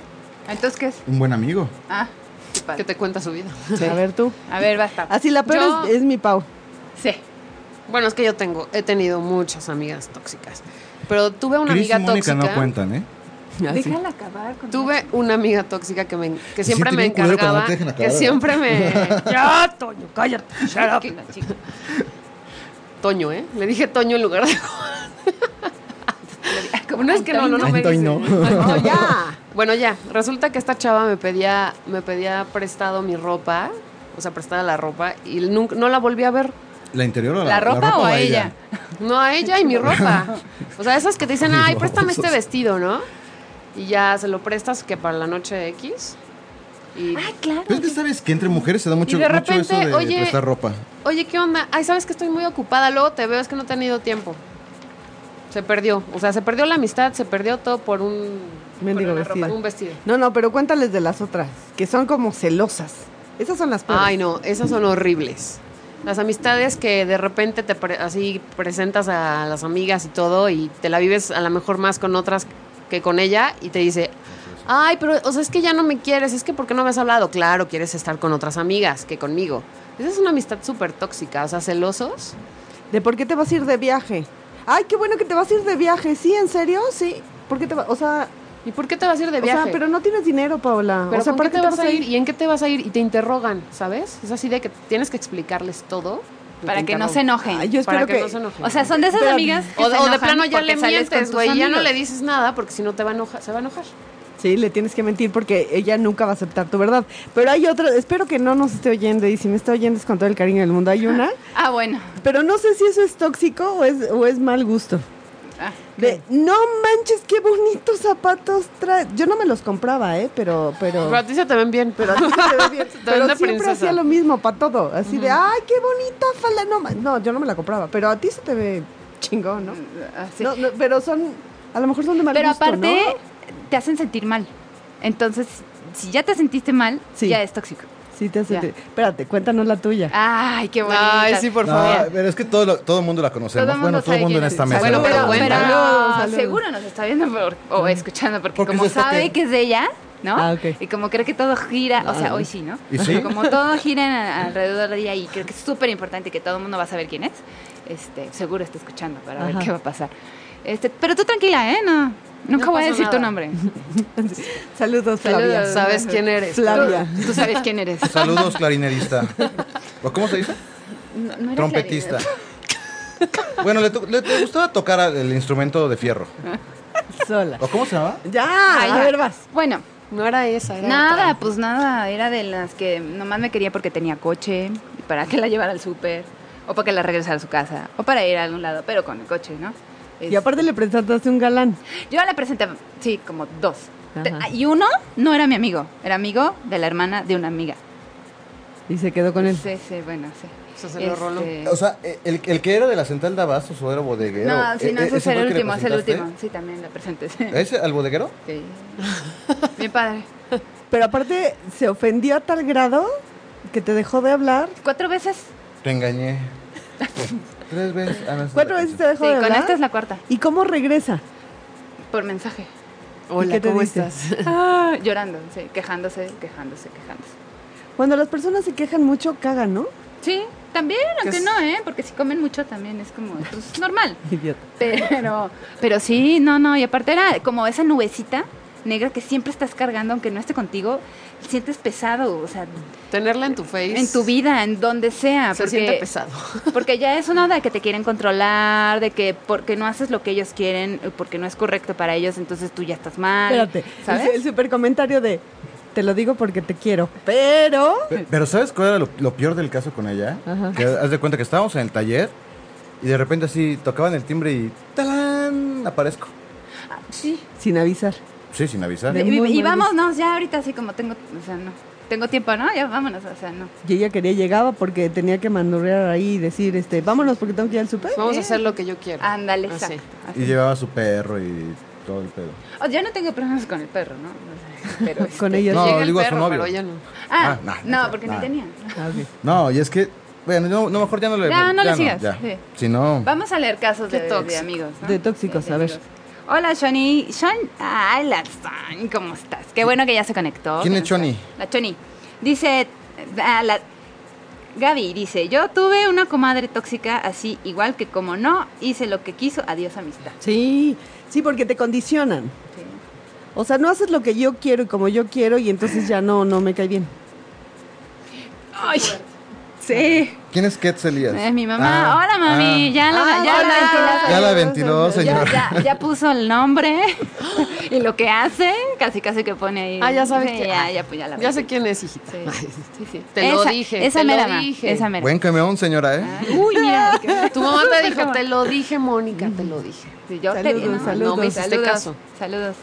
Speaker 5: Entonces, ¿qué es?
Speaker 6: un buen amigo.
Speaker 5: Ah, qué padre.
Speaker 7: Que te cuenta su vida.
Speaker 4: A ver tú.
Speaker 5: A ver, basta.
Speaker 4: Así la peor
Speaker 7: Yo-
Speaker 4: es, es mi Pau.
Speaker 5: Sí.
Speaker 7: Bueno, es que yo tengo, he tenido muchas amigas tóxicas. Pero tuve una
Speaker 6: Cris y
Speaker 7: amiga
Speaker 6: Mónica
Speaker 7: tóxica.
Speaker 6: no cuentan, ¿eh?
Speaker 5: Déjala acabar con
Speaker 7: Tuve una amiga tóxica que, me, que
Speaker 6: siente
Speaker 7: siempre me
Speaker 6: bien culero cuando no
Speaker 7: encargaba.
Speaker 6: te dejan acabar,
Speaker 7: que
Speaker 6: ¿verdad?
Speaker 7: siempre me. ¡Ya, Toño! ¡Cállate! shut up.
Speaker 5: Que la chica.
Speaker 7: Toño, ¿eh? Le dije Toño en lugar de.
Speaker 5: Como
Speaker 7: No es que no, no, no me
Speaker 6: Antoy no.
Speaker 7: dice.
Speaker 4: No, ya.
Speaker 7: Bueno, ya. Resulta que esta chava me pedía, me pedía prestado mi ropa. O sea, prestada la ropa. Y nunca, no la volví a ver.
Speaker 6: ¿La interior o la,
Speaker 5: ¿La ropa, o a ella?
Speaker 7: No a ella y mi ropa. O sea, esas que te dicen, ay, préstame este vestido, ¿no? Y ya se lo prestas que para la noche X. Y,
Speaker 5: Ah,
Speaker 6: Pero Pues es que sabes que entre mujeres se da mucho,
Speaker 7: Y de
Speaker 6: mucho
Speaker 7: repente,
Speaker 6: eso de
Speaker 7: oye-
Speaker 6: prestar ropa.
Speaker 7: oye, ¿qué onda? Ay, sabes que estoy muy ocupada, luego te veo, es que no he tenido tiempo. Se perdió. O sea, se perdió la amistad, se perdió todo por un.
Speaker 4: Mendigo
Speaker 7: por una ropa,
Speaker 4: vestido.
Speaker 7: Un vestido.
Speaker 4: No, no, pero cuéntales de las otras, que son como celosas. Esas son las peores.
Speaker 7: Ay, no, esas son horribles. Las amistades que de repente te pre- así presentas a las amigas y todo y te la vives a lo mejor más con otras que con ella y te dice, ay, pero o sea, es que ya no me quieres, es que ¿por qué no me has hablado? Claro, quieres estar con otras amigas que conmigo. Esa es una amistad súper tóxica, o sea, celosos.
Speaker 4: ¿De por qué te vas a ir de viaje? Ay, qué bueno que te vas a ir de viaje. ¿Sí, en serio? Sí. ¿Por qué te va- O sea,
Speaker 7: ¿Y por qué te vas a ir de
Speaker 4: o
Speaker 7: viaje?
Speaker 4: sea, pero no tienes dinero, Paola.
Speaker 7: Pero
Speaker 4: o sea,
Speaker 7: ¿con
Speaker 4: ¿para
Speaker 7: qué te, vas a ir? ¿Y en qué te vas a ir? Y te interrogan, ¿sabes? Es así de que tienes que explicarles todo. y
Speaker 5: Para
Speaker 7: te
Speaker 5: que no
Speaker 7: interrogan.
Speaker 5: se enojen.
Speaker 4: Ay, yo espero
Speaker 7: Para que
Speaker 4: que-
Speaker 7: no se enojen.
Speaker 5: O sea, son de esas
Speaker 4: Pero-
Speaker 5: amigas que
Speaker 7: O,
Speaker 5: se
Speaker 7: o de
Speaker 5: enojan
Speaker 7: plano ya
Speaker 5: porque
Speaker 7: le
Speaker 5: sales con
Speaker 7: mientes,
Speaker 5: tus
Speaker 7: güey, ya no
Speaker 5: amigos.
Speaker 7: le dices nada porque si no te va a enojar, se va a enojar.
Speaker 4: Sí, le tienes que mentir porque ella nunca va a aceptar tu verdad. Pero hay otra, espero que no nos esté oyendo y si me está oyendo es con todo el cariño del mundo. Hay una,
Speaker 5: Ah, bueno.
Speaker 4: pero no sé si eso es tóxico o es, o es mal gusto.
Speaker 5: Ah,
Speaker 4: De, no manches, qué bonitos zapatos traes. Yo no me los compraba, ¿eh? Pero, pero.
Speaker 7: Pero a ti se te ven bien.
Speaker 4: Pero a ti se te ve bien.
Speaker 7: Te
Speaker 4: Pero
Speaker 7: ven de
Speaker 4: siempre
Speaker 7: princesa.
Speaker 4: hacía lo mismo para todo. Así de, ay, qué bonita falda. No, ma- no, yo no me la compraba. Pero a ti se te ve chingón, ¿no?
Speaker 5: ah, sí.
Speaker 4: No, no, pero son, a lo mejor son de mal
Speaker 5: Pero
Speaker 4: gusto,
Speaker 5: aparte,
Speaker 4: ¿no?
Speaker 5: te hacen sentir mal. Entonces, si ya te sentiste mal,
Speaker 4: Sí.
Speaker 5: ya es tóxico.
Speaker 4: Sí, te hace.
Speaker 5: Ya.
Speaker 4: Espérate, cuéntanos la tuya.
Speaker 5: Ay, qué bonito.
Speaker 7: Ay, sí, por
Speaker 6: No,
Speaker 7: favor.
Speaker 6: pero es que todo, lo- todo el mundo la conocemos. bueno, todo el mundo en esta mesa.
Speaker 7: Bueno,
Speaker 6: la
Speaker 7: pero
Speaker 6: verdad.
Speaker 7: bueno.
Speaker 4: Salud, salud.
Speaker 5: seguro nos está viendo por- o escuchando, porque,
Speaker 6: Porque
Speaker 5: como
Speaker 6: es esto
Speaker 5: sabe
Speaker 6: que-
Speaker 5: que... es de ella, ¿no?
Speaker 4: Ah, ok.
Speaker 5: Y como cree que todo gira, o sea, hoy sí, ¿no?
Speaker 6: ¿Y sí?
Speaker 5: Como todo gira en- alrededor de ella y creo que es súper importante que todo el mundo va a saber quién es, este, seguro está escuchando para
Speaker 4: Ajá.
Speaker 5: ver qué va a pasar. Este, pero tú tranquila, ¿eh? No, nunca
Speaker 7: No
Speaker 5: voy a
Speaker 7: pasó
Speaker 5: decir tu
Speaker 7: nada.
Speaker 5: nombre.
Speaker 4: Saludos, Flavia.
Speaker 5: Ah, Saludos.
Speaker 7: Sabes quién eres.
Speaker 4: Flavia.
Speaker 5: Tú, tú sabes quién eres.
Speaker 6: Saludos, clarinerista. ¿O ¿Cómo se dice?
Speaker 5: No- no era
Speaker 6: Trompetista. Bueno, le, to- le- le gustaba tocar al- el instrumento de fierro.
Speaker 4: Sola.
Speaker 6: ¿O cómo se llamaba?
Speaker 4: Ya,
Speaker 5: Ay,
Speaker 4: a
Speaker 5: ya.
Speaker 4: ver, vas.
Speaker 5: Bueno,
Speaker 7: No era esa. Era
Speaker 5: nada,
Speaker 7: otra.
Speaker 5: pues nada. Era de las que nomás me quería porque tenía coche, y para que la llevara al súper, o para que la regresara a su casa, o para ir a algún lado, pero con el coche, ¿no?
Speaker 4: Y
Speaker 5: Es-
Speaker 4: aparte le presentaste un galán.
Speaker 5: Yo la presenté, sí, como dos.
Speaker 4: Ajá.
Speaker 5: Te- Y uno no era mi amigo, era amigo de la hermana de una amiga.
Speaker 4: Y se quedó con él.
Speaker 5: Sí, sí, bueno, sí. Este,
Speaker 7: Eso se lo roló.
Speaker 6: O sea, eh, el, el que era de la central de Abastos o era bodeguero.
Speaker 5: no, sí, no,
Speaker 6: Eh, eh,
Speaker 5: ese es
Speaker 6: fue
Speaker 5: el
Speaker 6: que le
Speaker 5: último, es el
Speaker 6: presentaste? ¿Eh?
Speaker 5: último. Sí, también la presenté, sí.
Speaker 6: ¿A ¿Ese al bodeguero?
Speaker 5: Sí. Bien padre.
Speaker 4: Pero aparte se ofendió a tal grado que te dejó de hablar.
Speaker 5: Cuatro veces.
Speaker 6: Te engañé. Tres veces. ah, no, esa es
Speaker 4: Cuatro
Speaker 6: la
Speaker 4: veces te
Speaker 5: Sí,
Speaker 4: dejó
Speaker 6: canción.
Speaker 4: de hablar.
Speaker 5: con esta es la cuarta,
Speaker 4: ¿Y cómo regresa?
Speaker 5: por mensaje.
Speaker 4: ¿Y qué
Speaker 7: Hola,
Speaker 4: te
Speaker 7: ¿cómo
Speaker 4: dice?
Speaker 7: estás?
Speaker 5: Ah, llorando, sí, quejándose, quejándose, quejándose.
Speaker 4: Cuando las personas se quejan mucho, cagan, ¿no?
Speaker 5: Sí, también, aunque
Speaker 7: es-
Speaker 5: no, ¿eh? Porque si comen mucho también es como, pues normal.
Speaker 4: Idiota.
Speaker 5: Pero, pero sí, no, no, y aparte era como esa nubecita negra que siempre estás cargando, aunque no esté contigo, sientes pesado, o sea,
Speaker 7: Tenerla en tu face.
Speaker 5: en tu vida, en donde sea.
Speaker 7: Se
Speaker 5: porque,
Speaker 7: siente pesado.
Speaker 5: Porque ya es una de que te quieren controlar, de que porque no haces lo que ellos quieren, eh, porque no es correcto para ellos, entonces tú ya estás mal.
Speaker 4: Espérate,
Speaker 5: ¿sabes?
Speaker 4: el, el super comentario de te lo digo porque te quiero, pero
Speaker 6: Pe- Pero ¿sabes cuál era lo, lo peor del caso con ella?
Speaker 4: Ajá.
Speaker 6: Que haz de cuenta que estábamos en el taller y de repente así tocaban el timbre y ¡talán! Aparezco.
Speaker 5: Ah, Sí.
Speaker 4: sin avisar.
Speaker 6: Sí, sin avisar.
Speaker 5: Y,
Speaker 4: De muy mal
Speaker 5: y
Speaker 4: gusto.
Speaker 5: vámonos ya ahorita, así como tengo, o sea, no. Tengo tiempo, ¿no? Ya vámonos, o sea, no.
Speaker 4: Y ella quería llegaba porque tenía que mandurrear ahí y decir, este, vámonos porque tengo que ir al super. Eh.
Speaker 7: Vamos
Speaker 5: ¿Eh?
Speaker 7: a hacer lo que yo quiero.
Speaker 5: Ándale,
Speaker 4: Ah,
Speaker 7: Así.
Speaker 5: exacto. así.
Speaker 6: Y llevaba su perro y todo el pedo.
Speaker 5: O, Oh, yo no tengo problemas con el perro, ¿no? O sea, pero este-
Speaker 4: Con ella.
Speaker 6: No,
Speaker 7: Llega el
Speaker 6: digo a su
Speaker 7: perro,
Speaker 6: novio.
Speaker 7: Pero ya no.
Speaker 5: Ah,
Speaker 6: Ah, no,
Speaker 5: no,
Speaker 6: no,
Speaker 5: porque
Speaker 6: no.
Speaker 5: ni tenía.
Speaker 4: Ah, ok.
Speaker 6: No, y es que, bueno, no, no, mejor ya no le
Speaker 5: Ya, no le sigas,
Speaker 6: ya.
Speaker 5: sí.
Speaker 6: Si no,
Speaker 5: Vamos a leer casos
Speaker 7: Qué
Speaker 5: de, de
Speaker 7: tóxico.
Speaker 5: amigos. ¿no?
Speaker 4: De tóxicos, a ver.
Speaker 5: amigos. Hola, Shoni. Shon. Ay, la Shon, ¿Cómo estás? Qué bueno que ya se conectó.
Speaker 6: ¿Quién
Speaker 5: que
Speaker 6: es
Speaker 5: nos-
Speaker 6: Shoni?
Speaker 5: La Shoni. Dice. eh, a la- Gaby dice: Yo tuve una comadre tóxica así, igual que como no, hice lo que quiso. Adiós, amistad.
Speaker 4: Sí, sí, porque te condicionan.
Speaker 5: Sí.
Speaker 4: O sea, no haces lo que yo quiero y como yo quiero y entonces ya no, no me cae bien.
Speaker 5: Ay. Sí.
Speaker 6: ¿quién es Ketz Elías?
Speaker 5: Es mi mamá.
Speaker 6: Ah,
Speaker 5: hola, mami.
Speaker 6: ah.
Speaker 5: ya la, ya
Speaker 4: hola.
Speaker 5: la ventilaste.
Speaker 6: Ya la ventiló,
Speaker 5: Ya,
Speaker 6: señor.
Speaker 5: ya- ya puso el nombre y lo que hace, casi casi que pone ahí.
Speaker 7: Ah, ya sabes
Speaker 5: Sí,
Speaker 7: que-
Speaker 5: Ya, ya, pues ya la
Speaker 7: Ya
Speaker 5: ves.
Speaker 7: sé quién es, hijita.
Speaker 5: Sí.
Speaker 7: Ay,
Speaker 5: Sí, sí.
Speaker 7: Te lo
Speaker 5: Esa-
Speaker 7: dije,
Speaker 5: Esa
Speaker 7: te
Speaker 5: mera,
Speaker 7: lo
Speaker 5: ma,
Speaker 7: dije.
Speaker 5: Esa mera.
Speaker 6: Buen camión, señora, ¿eh?
Speaker 5: Ay,
Speaker 7: Uy, mira,
Speaker 5: qué-
Speaker 7: Tu mamá te dijo,
Speaker 5: Perdón.
Speaker 7: te lo dije, Mónica, te lo dije.
Speaker 5: Sí, yo te-
Speaker 4: Saludos,
Speaker 5: no,
Speaker 4: saludos.
Speaker 5: no me hiciste
Speaker 7: Saludos.
Speaker 5: caso. Saludos.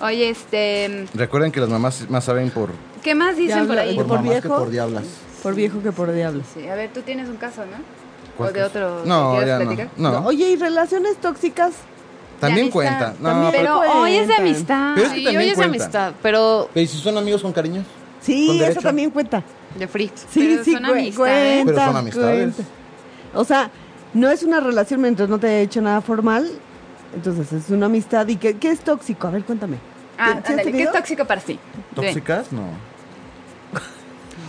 Speaker 5: Oye, este,
Speaker 6: Recuerden que las mamás más saben por,
Speaker 5: ¿qué más dicen por
Speaker 4: habla-
Speaker 5: ahí?
Speaker 4: por
Speaker 6: mamás que
Speaker 4: viejo?
Speaker 6: por diablas.
Speaker 4: Por viejo que por diablo.
Speaker 5: Sí, a ver, tú tienes un caso, ¿no?
Speaker 6: ¿Cuál
Speaker 5: O de
Speaker 6: caso?
Speaker 5: otro.
Speaker 6: No,
Speaker 5: ¿quieres
Speaker 6: ya no.
Speaker 5: platicar?
Speaker 6: No,
Speaker 4: Oye, ¿y relaciones tóxicas?
Speaker 5: amistad,
Speaker 6: también cuenta. No,
Speaker 4: también,
Speaker 6: pero,
Speaker 5: Pero
Speaker 4: Cuentan.
Speaker 5: hoy es de amistad.
Speaker 6: Pero es que
Speaker 7: Sí,
Speaker 6: también
Speaker 7: hoy es de
Speaker 6: cuentan.
Speaker 7: amistad, pero
Speaker 6: pero ¿y si son amigos con cariño? Con
Speaker 4: Sí, eso
Speaker 6: derecho.
Speaker 4: también cuenta.
Speaker 7: de frito.
Speaker 4: Sí,
Speaker 5: Pero
Speaker 4: sí,
Speaker 5: son
Speaker 4: cue-
Speaker 5: amistades.
Speaker 4: cuenta,
Speaker 6: Pero son amistades.
Speaker 4: cuenta. O sea, no es una relación mientras no te he hecho nada formal. Entonces, es una amistad. ¿Y qué, qué es tóxico? A ver, cuéntame.
Speaker 5: Ah,
Speaker 4: ¿Sí has
Speaker 5: ándale, ¿Qué
Speaker 4: tenido?
Speaker 5: es tóxico para ti? Sí.
Speaker 6: ¿Tóxicas? No.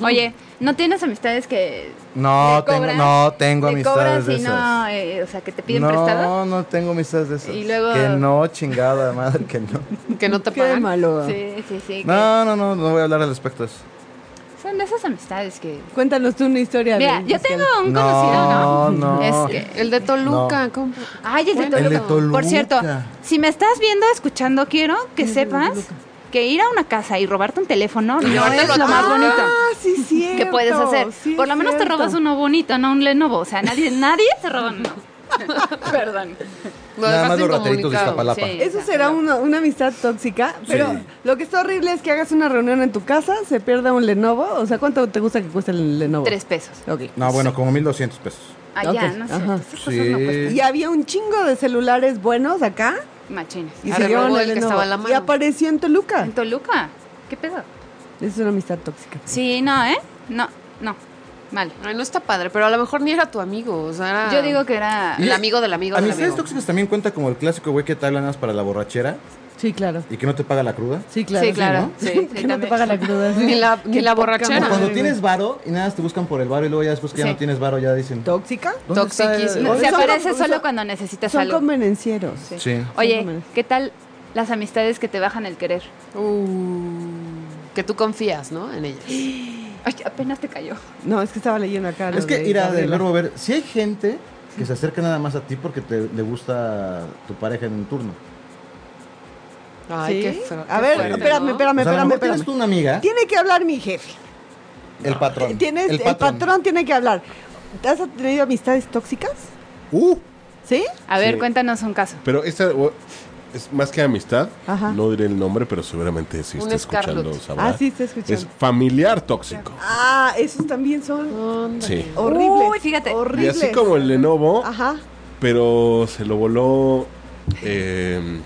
Speaker 5: Oye, ¿no tienes amistades que
Speaker 6: No,
Speaker 5: te
Speaker 6: tengo,
Speaker 5: cobran?
Speaker 6: no tengo
Speaker 5: te
Speaker 6: amistades
Speaker 5: cobran
Speaker 6: de
Speaker 5: y no,
Speaker 6: esas.
Speaker 5: eh, o sea, que te piden
Speaker 6: no,
Speaker 5: prestado?
Speaker 6: no tengo amistades de esas.
Speaker 5: Y luego-
Speaker 6: Que no, chingada madre, que no.
Speaker 7: Que no te
Speaker 4: Qué
Speaker 7: pagan.
Speaker 4: malo.
Speaker 5: ¿eh? Sí, sí, sí.
Speaker 6: No, no, no, no voy a hablar al respecto de eso.
Speaker 5: que Son de esas amistades que...
Speaker 4: Cuéntanos tú una historia.
Speaker 5: Mira,
Speaker 4: de-
Speaker 5: yo
Speaker 4: Pascal.
Speaker 5: tengo un
Speaker 6: No,
Speaker 5: conocido, ¿no?
Speaker 6: no.
Speaker 5: Este,
Speaker 7: El de Toluca, ¿cómo?
Speaker 5: Ay, el de,
Speaker 7: Bueno.
Speaker 5: Toluca.
Speaker 6: El de Toluca.
Speaker 5: Por cierto, si me estás viendo, escuchando, quiero que sepas que ir a una casa y robarte un teléfono no,
Speaker 7: ahorita
Speaker 5: es
Speaker 7: lo
Speaker 5: lo más
Speaker 7: haces.
Speaker 5: bonito
Speaker 4: Ah, sí, cierto.
Speaker 5: que puedes hacer.
Speaker 4: Sí,
Speaker 5: Por lo menos te
Speaker 4: cierto.
Speaker 5: robas uno bonito, no un Lenovo. O sea, nadie, nadie se roba uno. Perdón.
Speaker 7: Lo
Speaker 9: Nada más
Speaker 7: dejaste
Speaker 9: los rateritos de
Speaker 7: incomunicado,
Speaker 9: Iztapalapa.
Speaker 7: sí.
Speaker 4: Eso será una, una amistad tóxica, pero
Speaker 9: Sí.
Speaker 4: lo que está horrible es que hagas una reunión en tu casa, se pierda un Lenovo. O sea, ¿cuánto te gusta que cueste el Lenovo?
Speaker 5: Tres pesos.
Speaker 4: Ok.
Speaker 6: No, bueno, como 1200 pesos.
Speaker 5: Allá,
Speaker 4: Ok,
Speaker 5: no sé.
Speaker 4: ajá.
Speaker 5: Esas cosas no cuestan.
Speaker 4: Y había un chingo de celulares buenos acá
Speaker 5: Machines.
Speaker 4: y
Speaker 7: Ah,
Speaker 4: se
Speaker 7: de
Speaker 4: llevaron
Speaker 7: nuevo
Speaker 4: el
Speaker 7: el que
Speaker 4: Lenovo.
Speaker 7: estaba a la
Speaker 4: Y
Speaker 7: mano.
Speaker 4: apareció en Toluca.
Speaker 5: En Toluca. ¿Qué pedo?
Speaker 4: Es una amistad tóxica.
Speaker 5: Sí, no, ¿eh? No, no. Mal.
Speaker 7: Ay, no está padre, pero a lo mejor ni era tu amigo. O sea, era
Speaker 5: Yo digo que era...
Speaker 7: el amigo del amigo del
Speaker 6: Amistades
Speaker 7: amigo.
Speaker 6: tóxicas también cuenta como el clásico güey que te hablan nada más para la borrachera
Speaker 4: Sí, claro.
Speaker 6: y que no te paga la cruda.
Speaker 4: Sí, claro.
Speaker 5: sí, claro.
Speaker 4: ¿no?
Speaker 5: Sí, sí,
Speaker 4: que no te
Speaker 5: también.
Speaker 4: paga la cruda. sí.
Speaker 7: Ni la, ni
Speaker 4: Qué
Speaker 7: la
Speaker 4: poca
Speaker 6: Como
Speaker 7: borrachera.
Speaker 4: madre.
Speaker 6: cuando tienes varo y nada más te buscan por el varo y luego ya después que ya
Speaker 5: Sí.
Speaker 6: no tienes varo ya dicen.
Speaker 4: ¿Tóxica?
Speaker 6: ¿dónde está el-
Speaker 7: Toxiquísimo.
Speaker 6: dónde
Speaker 5: Se
Speaker 4: Son
Speaker 6: está-
Speaker 5: aparece
Speaker 4: como-
Speaker 5: solo
Speaker 4: son-
Speaker 5: cuando necesitas
Speaker 4: Son
Speaker 5: algo.
Speaker 4: convenencieros.
Speaker 6: Sí.
Speaker 5: Oye,
Speaker 4: convenios.
Speaker 5: ¿qué tal las amistades que te bajan el querer?
Speaker 7: Uh, que tú confías, ¿no? En ellas.
Speaker 5: Ay, apenas te cayó.
Speaker 4: No, es que estaba leyendo acá. lo
Speaker 6: Es que
Speaker 4: de
Speaker 6: ir a del
Speaker 4: Gabriela.
Speaker 6: verbo ver, si hay gente que se acerca nada más a ti porque te, le gusta tu pareja en un turno.
Speaker 7: Ay,
Speaker 4: Sí.
Speaker 7: qué feo.
Speaker 4: A
Speaker 7: qué
Speaker 4: ver, espérame,
Speaker 7: fuerte, ¿no?
Speaker 6: O
Speaker 4: espérame,
Speaker 6: sea, a lo
Speaker 4: espérame,
Speaker 6: mejor tienes
Speaker 4: espérame.
Speaker 6: tú una amiga,
Speaker 4: Tiene que hablar mi jefe.
Speaker 6: el patrón.
Speaker 4: Tienes, el, patrón. tiene que hablar. ¿Te has tenido amistades tóxicas?
Speaker 9: Uh,
Speaker 4: ¿Sí?
Speaker 5: A ver,
Speaker 9: Sí.
Speaker 5: cuéntanos un caso.
Speaker 9: pero esta o- es más que amistad.
Speaker 4: Ajá.
Speaker 9: No diré el nombre, pero seguramente si
Speaker 7: Un
Speaker 9: está escuchando
Speaker 7: Scarlett.
Speaker 9: sabrá.
Speaker 4: Ah, sí, está escuchando.
Speaker 9: Es familiar tóxico.
Speaker 4: Ah, esos también son
Speaker 7: Ándale.
Speaker 9: Sí.
Speaker 4: horribles.
Speaker 5: Uy, fíjate.
Speaker 9: Y
Speaker 4: Horribles.
Speaker 9: así como el Lenovo,
Speaker 7: Ah.
Speaker 4: Ajá.
Speaker 9: pero se lo voló eh,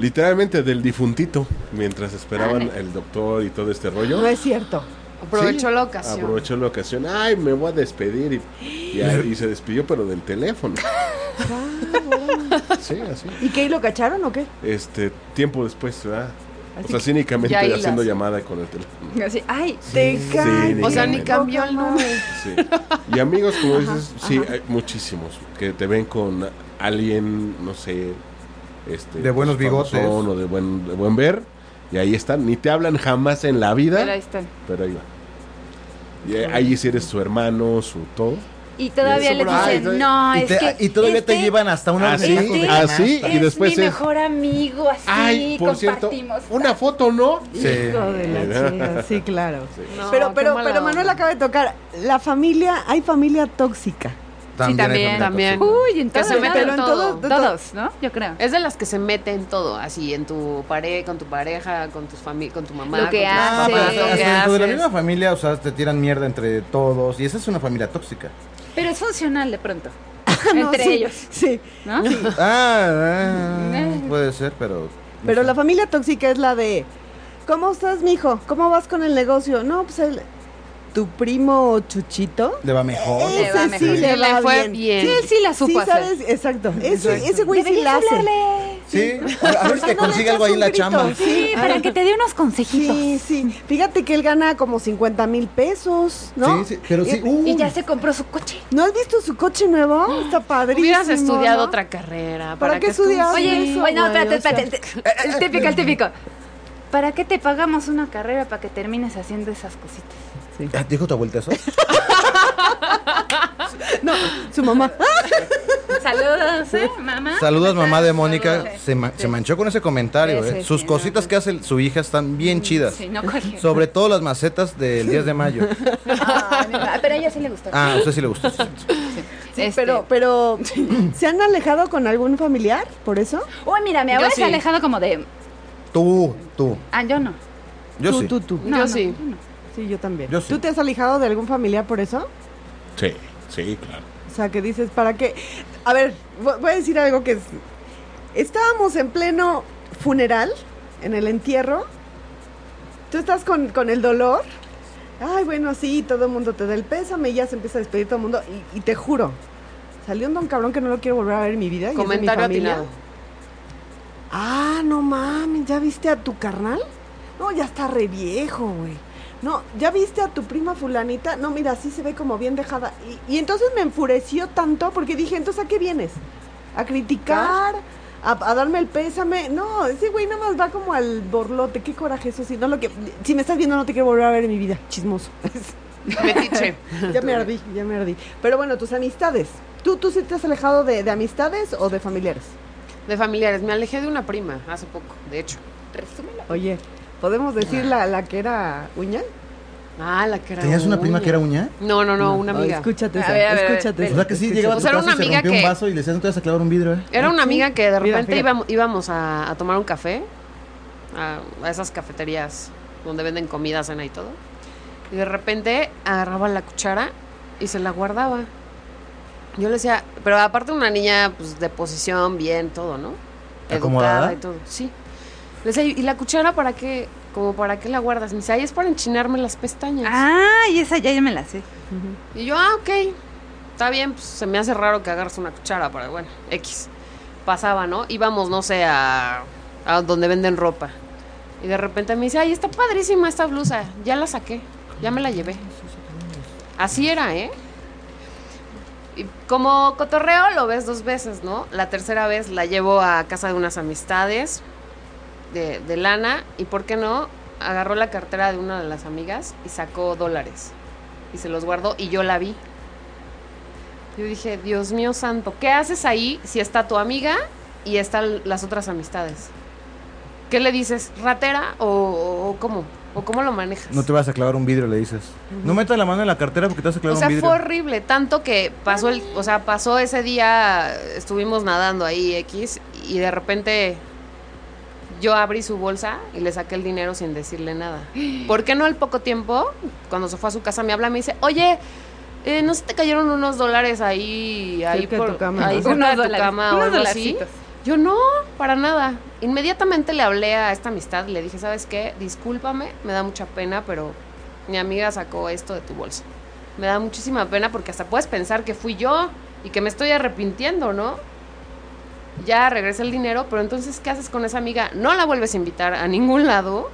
Speaker 9: literalmente del difuntito mientras esperaban el doctor y todo este rollo.
Speaker 4: No es cierto.
Speaker 7: Pues, Aprovechó
Speaker 9: Sí,
Speaker 7: la ocasión.
Speaker 9: Aprovechó la ocasión. Ay, me voy a despedir. Y, y ahí se despidió, pero del teléfono.
Speaker 6: Ah.
Speaker 9: sí, así.
Speaker 4: ¿Y qué? ¿y ¿Lo cacharon o qué?
Speaker 9: Este, tiempo después, ¿verdad?
Speaker 4: Así
Speaker 9: o sea, cínicamente
Speaker 7: ya hilas.
Speaker 9: haciendo llamada con el teléfono.
Speaker 5: Así, ay,
Speaker 4: Te cae.
Speaker 9: ni
Speaker 7: O sea,
Speaker 9: cambia.
Speaker 7: ni cambió el nombre.
Speaker 9: Sí. Y amigos, como dices, sí, hay muchísimos que te ven con alguien, no sé, este,
Speaker 6: De buenos
Speaker 9: famosón
Speaker 6: bigotes.
Speaker 9: o de buen, de buen ver, y ahí están, ni te hablan jamás en la vida,
Speaker 5: pero ahí están.
Speaker 9: pero ahí va. Y eh, ahí si eres su hermano, su todo.
Speaker 5: Y todavía
Speaker 9: Eso,
Speaker 5: les
Speaker 9: bro. Ay,
Speaker 5: dicen, no,
Speaker 6: y,
Speaker 5: es
Speaker 6: te-
Speaker 5: que
Speaker 6: y todavía te
Speaker 5: este
Speaker 6: llevan hasta una
Speaker 9: Así,
Speaker 6: orgía con
Speaker 5: este-
Speaker 6: canasta.
Speaker 9: así, ah, y
Speaker 5: es
Speaker 9: después
Speaker 5: mi
Speaker 9: es,
Speaker 5: mejor amigo, así
Speaker 9: ay, por cierto,
Speaker 5: compartimos.
Speaker 9: una foto, ¿no?
Speaker 6: Sí.
Speaker 4: Hijo de la
Speaker 9: Mira.
Speaker 4: chingada, Sí, claro.
Speaker 7: No,
Speaker 4: pero
Speaker 7: qué
Speaker 4: pero,
Speaker 7: mala
Speaker 4: pero Manuel
Speaker 7: onda.
Speaker 4: acaba de tocar. La familia, hay familia tóxica.
Speaker 7: también,
Speaker 6: hay familia
Speaker 7: también.
Speaker 6: tóxica.
Speaker 5: Uy, en
Speaker 7: Que
Speaker 5: todos,
Speaker 7: Pues se meten
Speaker 5: pero
Speaker 7: en
Speaker 5: en
Speaker 7: todo.
Speaker 5: todos, todos, ¿no? Yo creo.
Speaker 7: Es de las que se mete en todo, así, en tu pareja, con tu pareja, con tus fami con tu mamá.
Speaker 5: Lo que
Speaker 7: con tus
Speaker 5: haces.
Speaker 6: Ah,
Speaker 7: papás,
Speaker 5: Sí,
Speaker 6: pero hasta-
Speaker 7: lo que
Speaker 6: hasta dentro de la
Speaker 7: haces.
Speaker 6: misma familia, o sea, te tiran mierda entre todos. Y esa es una familia tóxica.
Speaker 5: Pero es funcional de pronto.
Speaker 4: No,
Speaker 5: entre
Speaker 4: sí,
Speaker 5: ellos,
Speaker 4: Sí.
Speaker 5: ¿no?
Speaker 6: Ah, ah, puede ser, pero.
Speaker 4: Pero la familia tóxica es la de, ¿cómo estás, mijo? ¿Cómo vas con el negocio? No, pues el, tu primo Chuchito.
Speaker 6: Le va mejor.
Speaker 5: Le va
Speaker 4: Ese
Speaker 5: mejor.
Speaker 4: sí le
Speaker 7: Le
Speaker 4: va
Speaker 7: fue
Speaker 4: bien.
Speaker 7: bien.
Speaker 5: Sí, él sí la
Speaker 4: Sí,
Speaker 5: supo hacer.
Speaker 4: sabes, exacto. Ese, ese güey sí la
Speaker 5: Deberías
Speaker 4: hace.
Speaker 5: hablarle.
Speaker 6: Sí, a ver- a ver si te
Speaker 4: No le
Speaker 6: consigue
Speaker 4: echas
Speaker 6: algo ahí
Speaker 4: un
Speaker 6: en la
Speaker 4: grito.
Speaker 6: chamba.
Speaker 5: Sí,
Speaker 4: Sí,
Speaker 5: para que te dé unos consejitos.
Speaker 4: Ah. sí, sí. Fíjate que él gana como 50 mil pesos, ¿no?
Speaker 6: Sí, sí, pero sí. uh,
Speaker 4: Y-
Speaker 6: uy,
Speaker 5: Y ya se compró su coche.
Speaker 4: ¿No has visto su coche nuevo? Está padrísimo.
Speaker 7: Hubieras estudiado
Speaker 4: ¿no?
Speaker 7: otra carrera.
Speaker 4: ¿Para qué
Speaker 7: tú-
Speaker 4: estudiaste?
Speaker 5: Oye,
Speaker 4: eso,
Speaker 5: bueno,
Speaker 4: güey,
Speaker 5: espérate,
Speaker 4: o sea. eh,
Speaker 5: espérate. espérate. El típico, el típico. ¿Para qué te pagamos una carrera para que termines haciendo esas cositas?
Speaker 6: Ah, ¿te ¿Dijo tu abuelita eso?
Speaker 4: No, su mamá.
Speaker 5: Saludos, ¿eh, mamá?
Speaker 6: Saludos, mamá de Mónica.
Speaker 5: Saludos.
Speaker 6: Se, ma- se manchó con ese comentario,
Speaker 5: Sí,
Speaker 6: ¿eh?
Speaker 5: sí,
Speaker 6: Sus
Speaker 5: sí,
Speaker 6: cositas
Speaker 5: no,
Speaker 6: que hace su hija están bien chidas.
Speaker 5: Sí, no cualquier-
Speaker 6: Sobre todo las macetas del 10 de mayo.
Speaker 5: Ah, mi mamá, pero a ella sí le gustó.
Speaker 6: Ah, a usted sí le gustó.
Speaker 4: Sí,
Speaker 5: Este,
Speaker 4: pero, pero, ¿se han alejado con algún familiar por eso?
Speaker 5: Uy, mira, mi
Speaker 7: Yo
Speaker 5: abuela se ha
Speaker 7: sí.
Speaker 5: alejado como de...
Speaker 6: Tú, tú.
Speaker 5: Ah, yo no.
Speaker 6: Yo
Speaker 4: tú,
Speaker 6: sí.
Speaker 4: tú, tú.
Speaker 5: No,
Speaker 7: Yo
Speaker 5: no,
Speaker 7: sí.
Speaker 5: yo no.
Speaker 4: Sí, yo también.
Speaker 6: Yo sí.
Speaker 4: ¿Tú te has alejado de algún familiar por eso?
Speaker 9: Sí, sí, claro.
Speaker 4: O sea, que dices, ¿para qué? A ver, vo- voy a decir algo que es... Estábamos en pleno funeral, en el entierro. Tú estás con, con el dolor. Ay, bueno, sí, todo el mundo te da el pésame y ya se empieza a despedir todo el mundo. Y, y te juro, salió un don cabrón que no lo quiero volver a ver en mi vida. y es de mi
Speaker 7: Comentario
Speaker 4: familia.
Speaker 7: atinado.
Speaker 4: Ah, no mames, ¿ya viste a tu carnal? No, ya está re viejo, güey. No, ¿ya viste a tu prima fulanita? No, mira, sí se ve como bien dejada. Y, y entonces me enfureció tanto porque dije, entonces, ¿a qué vienes? ¿A criticar? ¿A, a darme el pésame? No, ese güey nada más va como al borlote. Qué coraje eso, sí. No, lo que, si me estás viendo no te quiero volver a ver en mi vida. Chismoso.
Speaker 7: Metiche.
Speaker 4: ya me ardí, ya me ardí. Pero bueno, tus amistades. ¿Tú, tú sí te has alejado de, de amistades o de familiares?
Speaker 7: De familiares. Me alejé de una prima hace poco, de hecho.
Speaker 5: Resúmelo.
Speaker 6: Ah.
Speaker 4: Oye, ¿podemos decir la, la que era Uñal?
Speaker 7: Ah, la que era
Speaker 6: ¿Tenías una prima
Speaker 7: uña.
Speaker 6: que era uña?
Speaker 7: No, no, no, una
Speaker 4: Ay,
Speaker 7: amiga.
Speaker 4: escúchate,
Speaker 5: A
Speaker 4: esa,
Speaker 5: ver, a ver,
Speaker 4: escúchate.
Speaker 5: a ver,
Speaker 6: O
Speaker 4: esa.
Speaker 6: sea que sí, llegaba a
Speaker 7: O
Speaker 6: tu
Speaker 7: sea, era
Speaker 6: casa y
Speaker 7: una
Speaker 6: se
Speaker 7: amiga
Speaker 6: rompía un
Speaker 7: que-
Speaker 6: vaso y le decían, no te vas a clavar un vidrio, eh.
Speaker 7: Era una amiga que de
Speaker 4: Mira,
Speaker 7: repente
Speaker 4: fíjate.
Speaker 7: íbam- íbamos, a, a tomar un café a, a esas cafeterías donde venden comida, cena y todo. Y de repente agarraba la cuchara y se la guardaba. Yo le decía, pero aparte una niña pues, de posición, bien, todo, ¿no?
Speaker 6: ¿Acomodada?
Speaker 7: y todo, sí. Le decía, ¿y la cuchara para qué? Como para qué la guardas? Me dice, ahí es para enchinarme las pestañas.
Speaker 5: Ah, y esa ya, ya me la sé.
Speaker 7: Y yo, ah, ok. Está bien, pues se me hace raro que agarres una cuchara, pero bueno, X. Pasaba, ¿no? Íbamos, no sé, a, a donde venden ropa. Y de repente me dice, ay, está padrísima esta blusa. Ya la saqué, ya me la llevé. Así era, ¿eh? Y como cotorreo lo ves dos veces, ¿no? La tercera vez la llevo a casa de unas amistades de, de lana y, ¿por qué no? Agarró la cartera de una de las amigas y sacó dólares y se los guardó y yo la vi. Yo dije, Dios mío santo, ¿qué haces ahí si está tu amiga y están las otras amistades? ¿Qué le dices? ¿Ratera o, o cómo? ¿O cómo lo manejas?
Speaker 6: No te vas a clavar un vidrio, le dices. No metas la mano en la cartera porque te vas a
Speaker 7: o
Speaker 6: clavar
Speaker 7: sea,
Speaker 6: un vidrio.
Speaker 7: fue horrible, tanto que pasó el, o sea, pasó ese día, estuvimos nadando ahí X y de repente yo abrí su bolsa y le saqué el dinero sin decirle nada. ¿Por qué no al poco tiempo, cuando se fue a su casa, me habla, me dice, oye, eh, ¿no se te cayeron unos dólares ahí, ahí
Speaker 4: Cerca de
Speaker 7: por
Speaker 4: tu cama,
Speaker 7: ahí
Speaker 4: ¿no?
Speaker 7: cerca
Speaker 5: Unos
Speaker 7: de tu
Speaker 5: dólares,
Speaker 7: cama o
Speaker 5: unos
Speaker 7: algo así?
Speaker 5: dolarcitos.
Speaker 7: Yo no, para nada. Inmediatamente le hablé a esta amistad, le dije, ¿sabes qué? Discúlpame, me da mucha pena, pero mi amiga sacó esto de tu bolsa. Me da muchísima pena porque hasta puedes pensar que fui yo y que me estoy arrepintiendo, ¿no? Ya regresa el dinero, pero entonces, ¿qué haces con esa amiga? No la vuelves a invitar a ningún lado.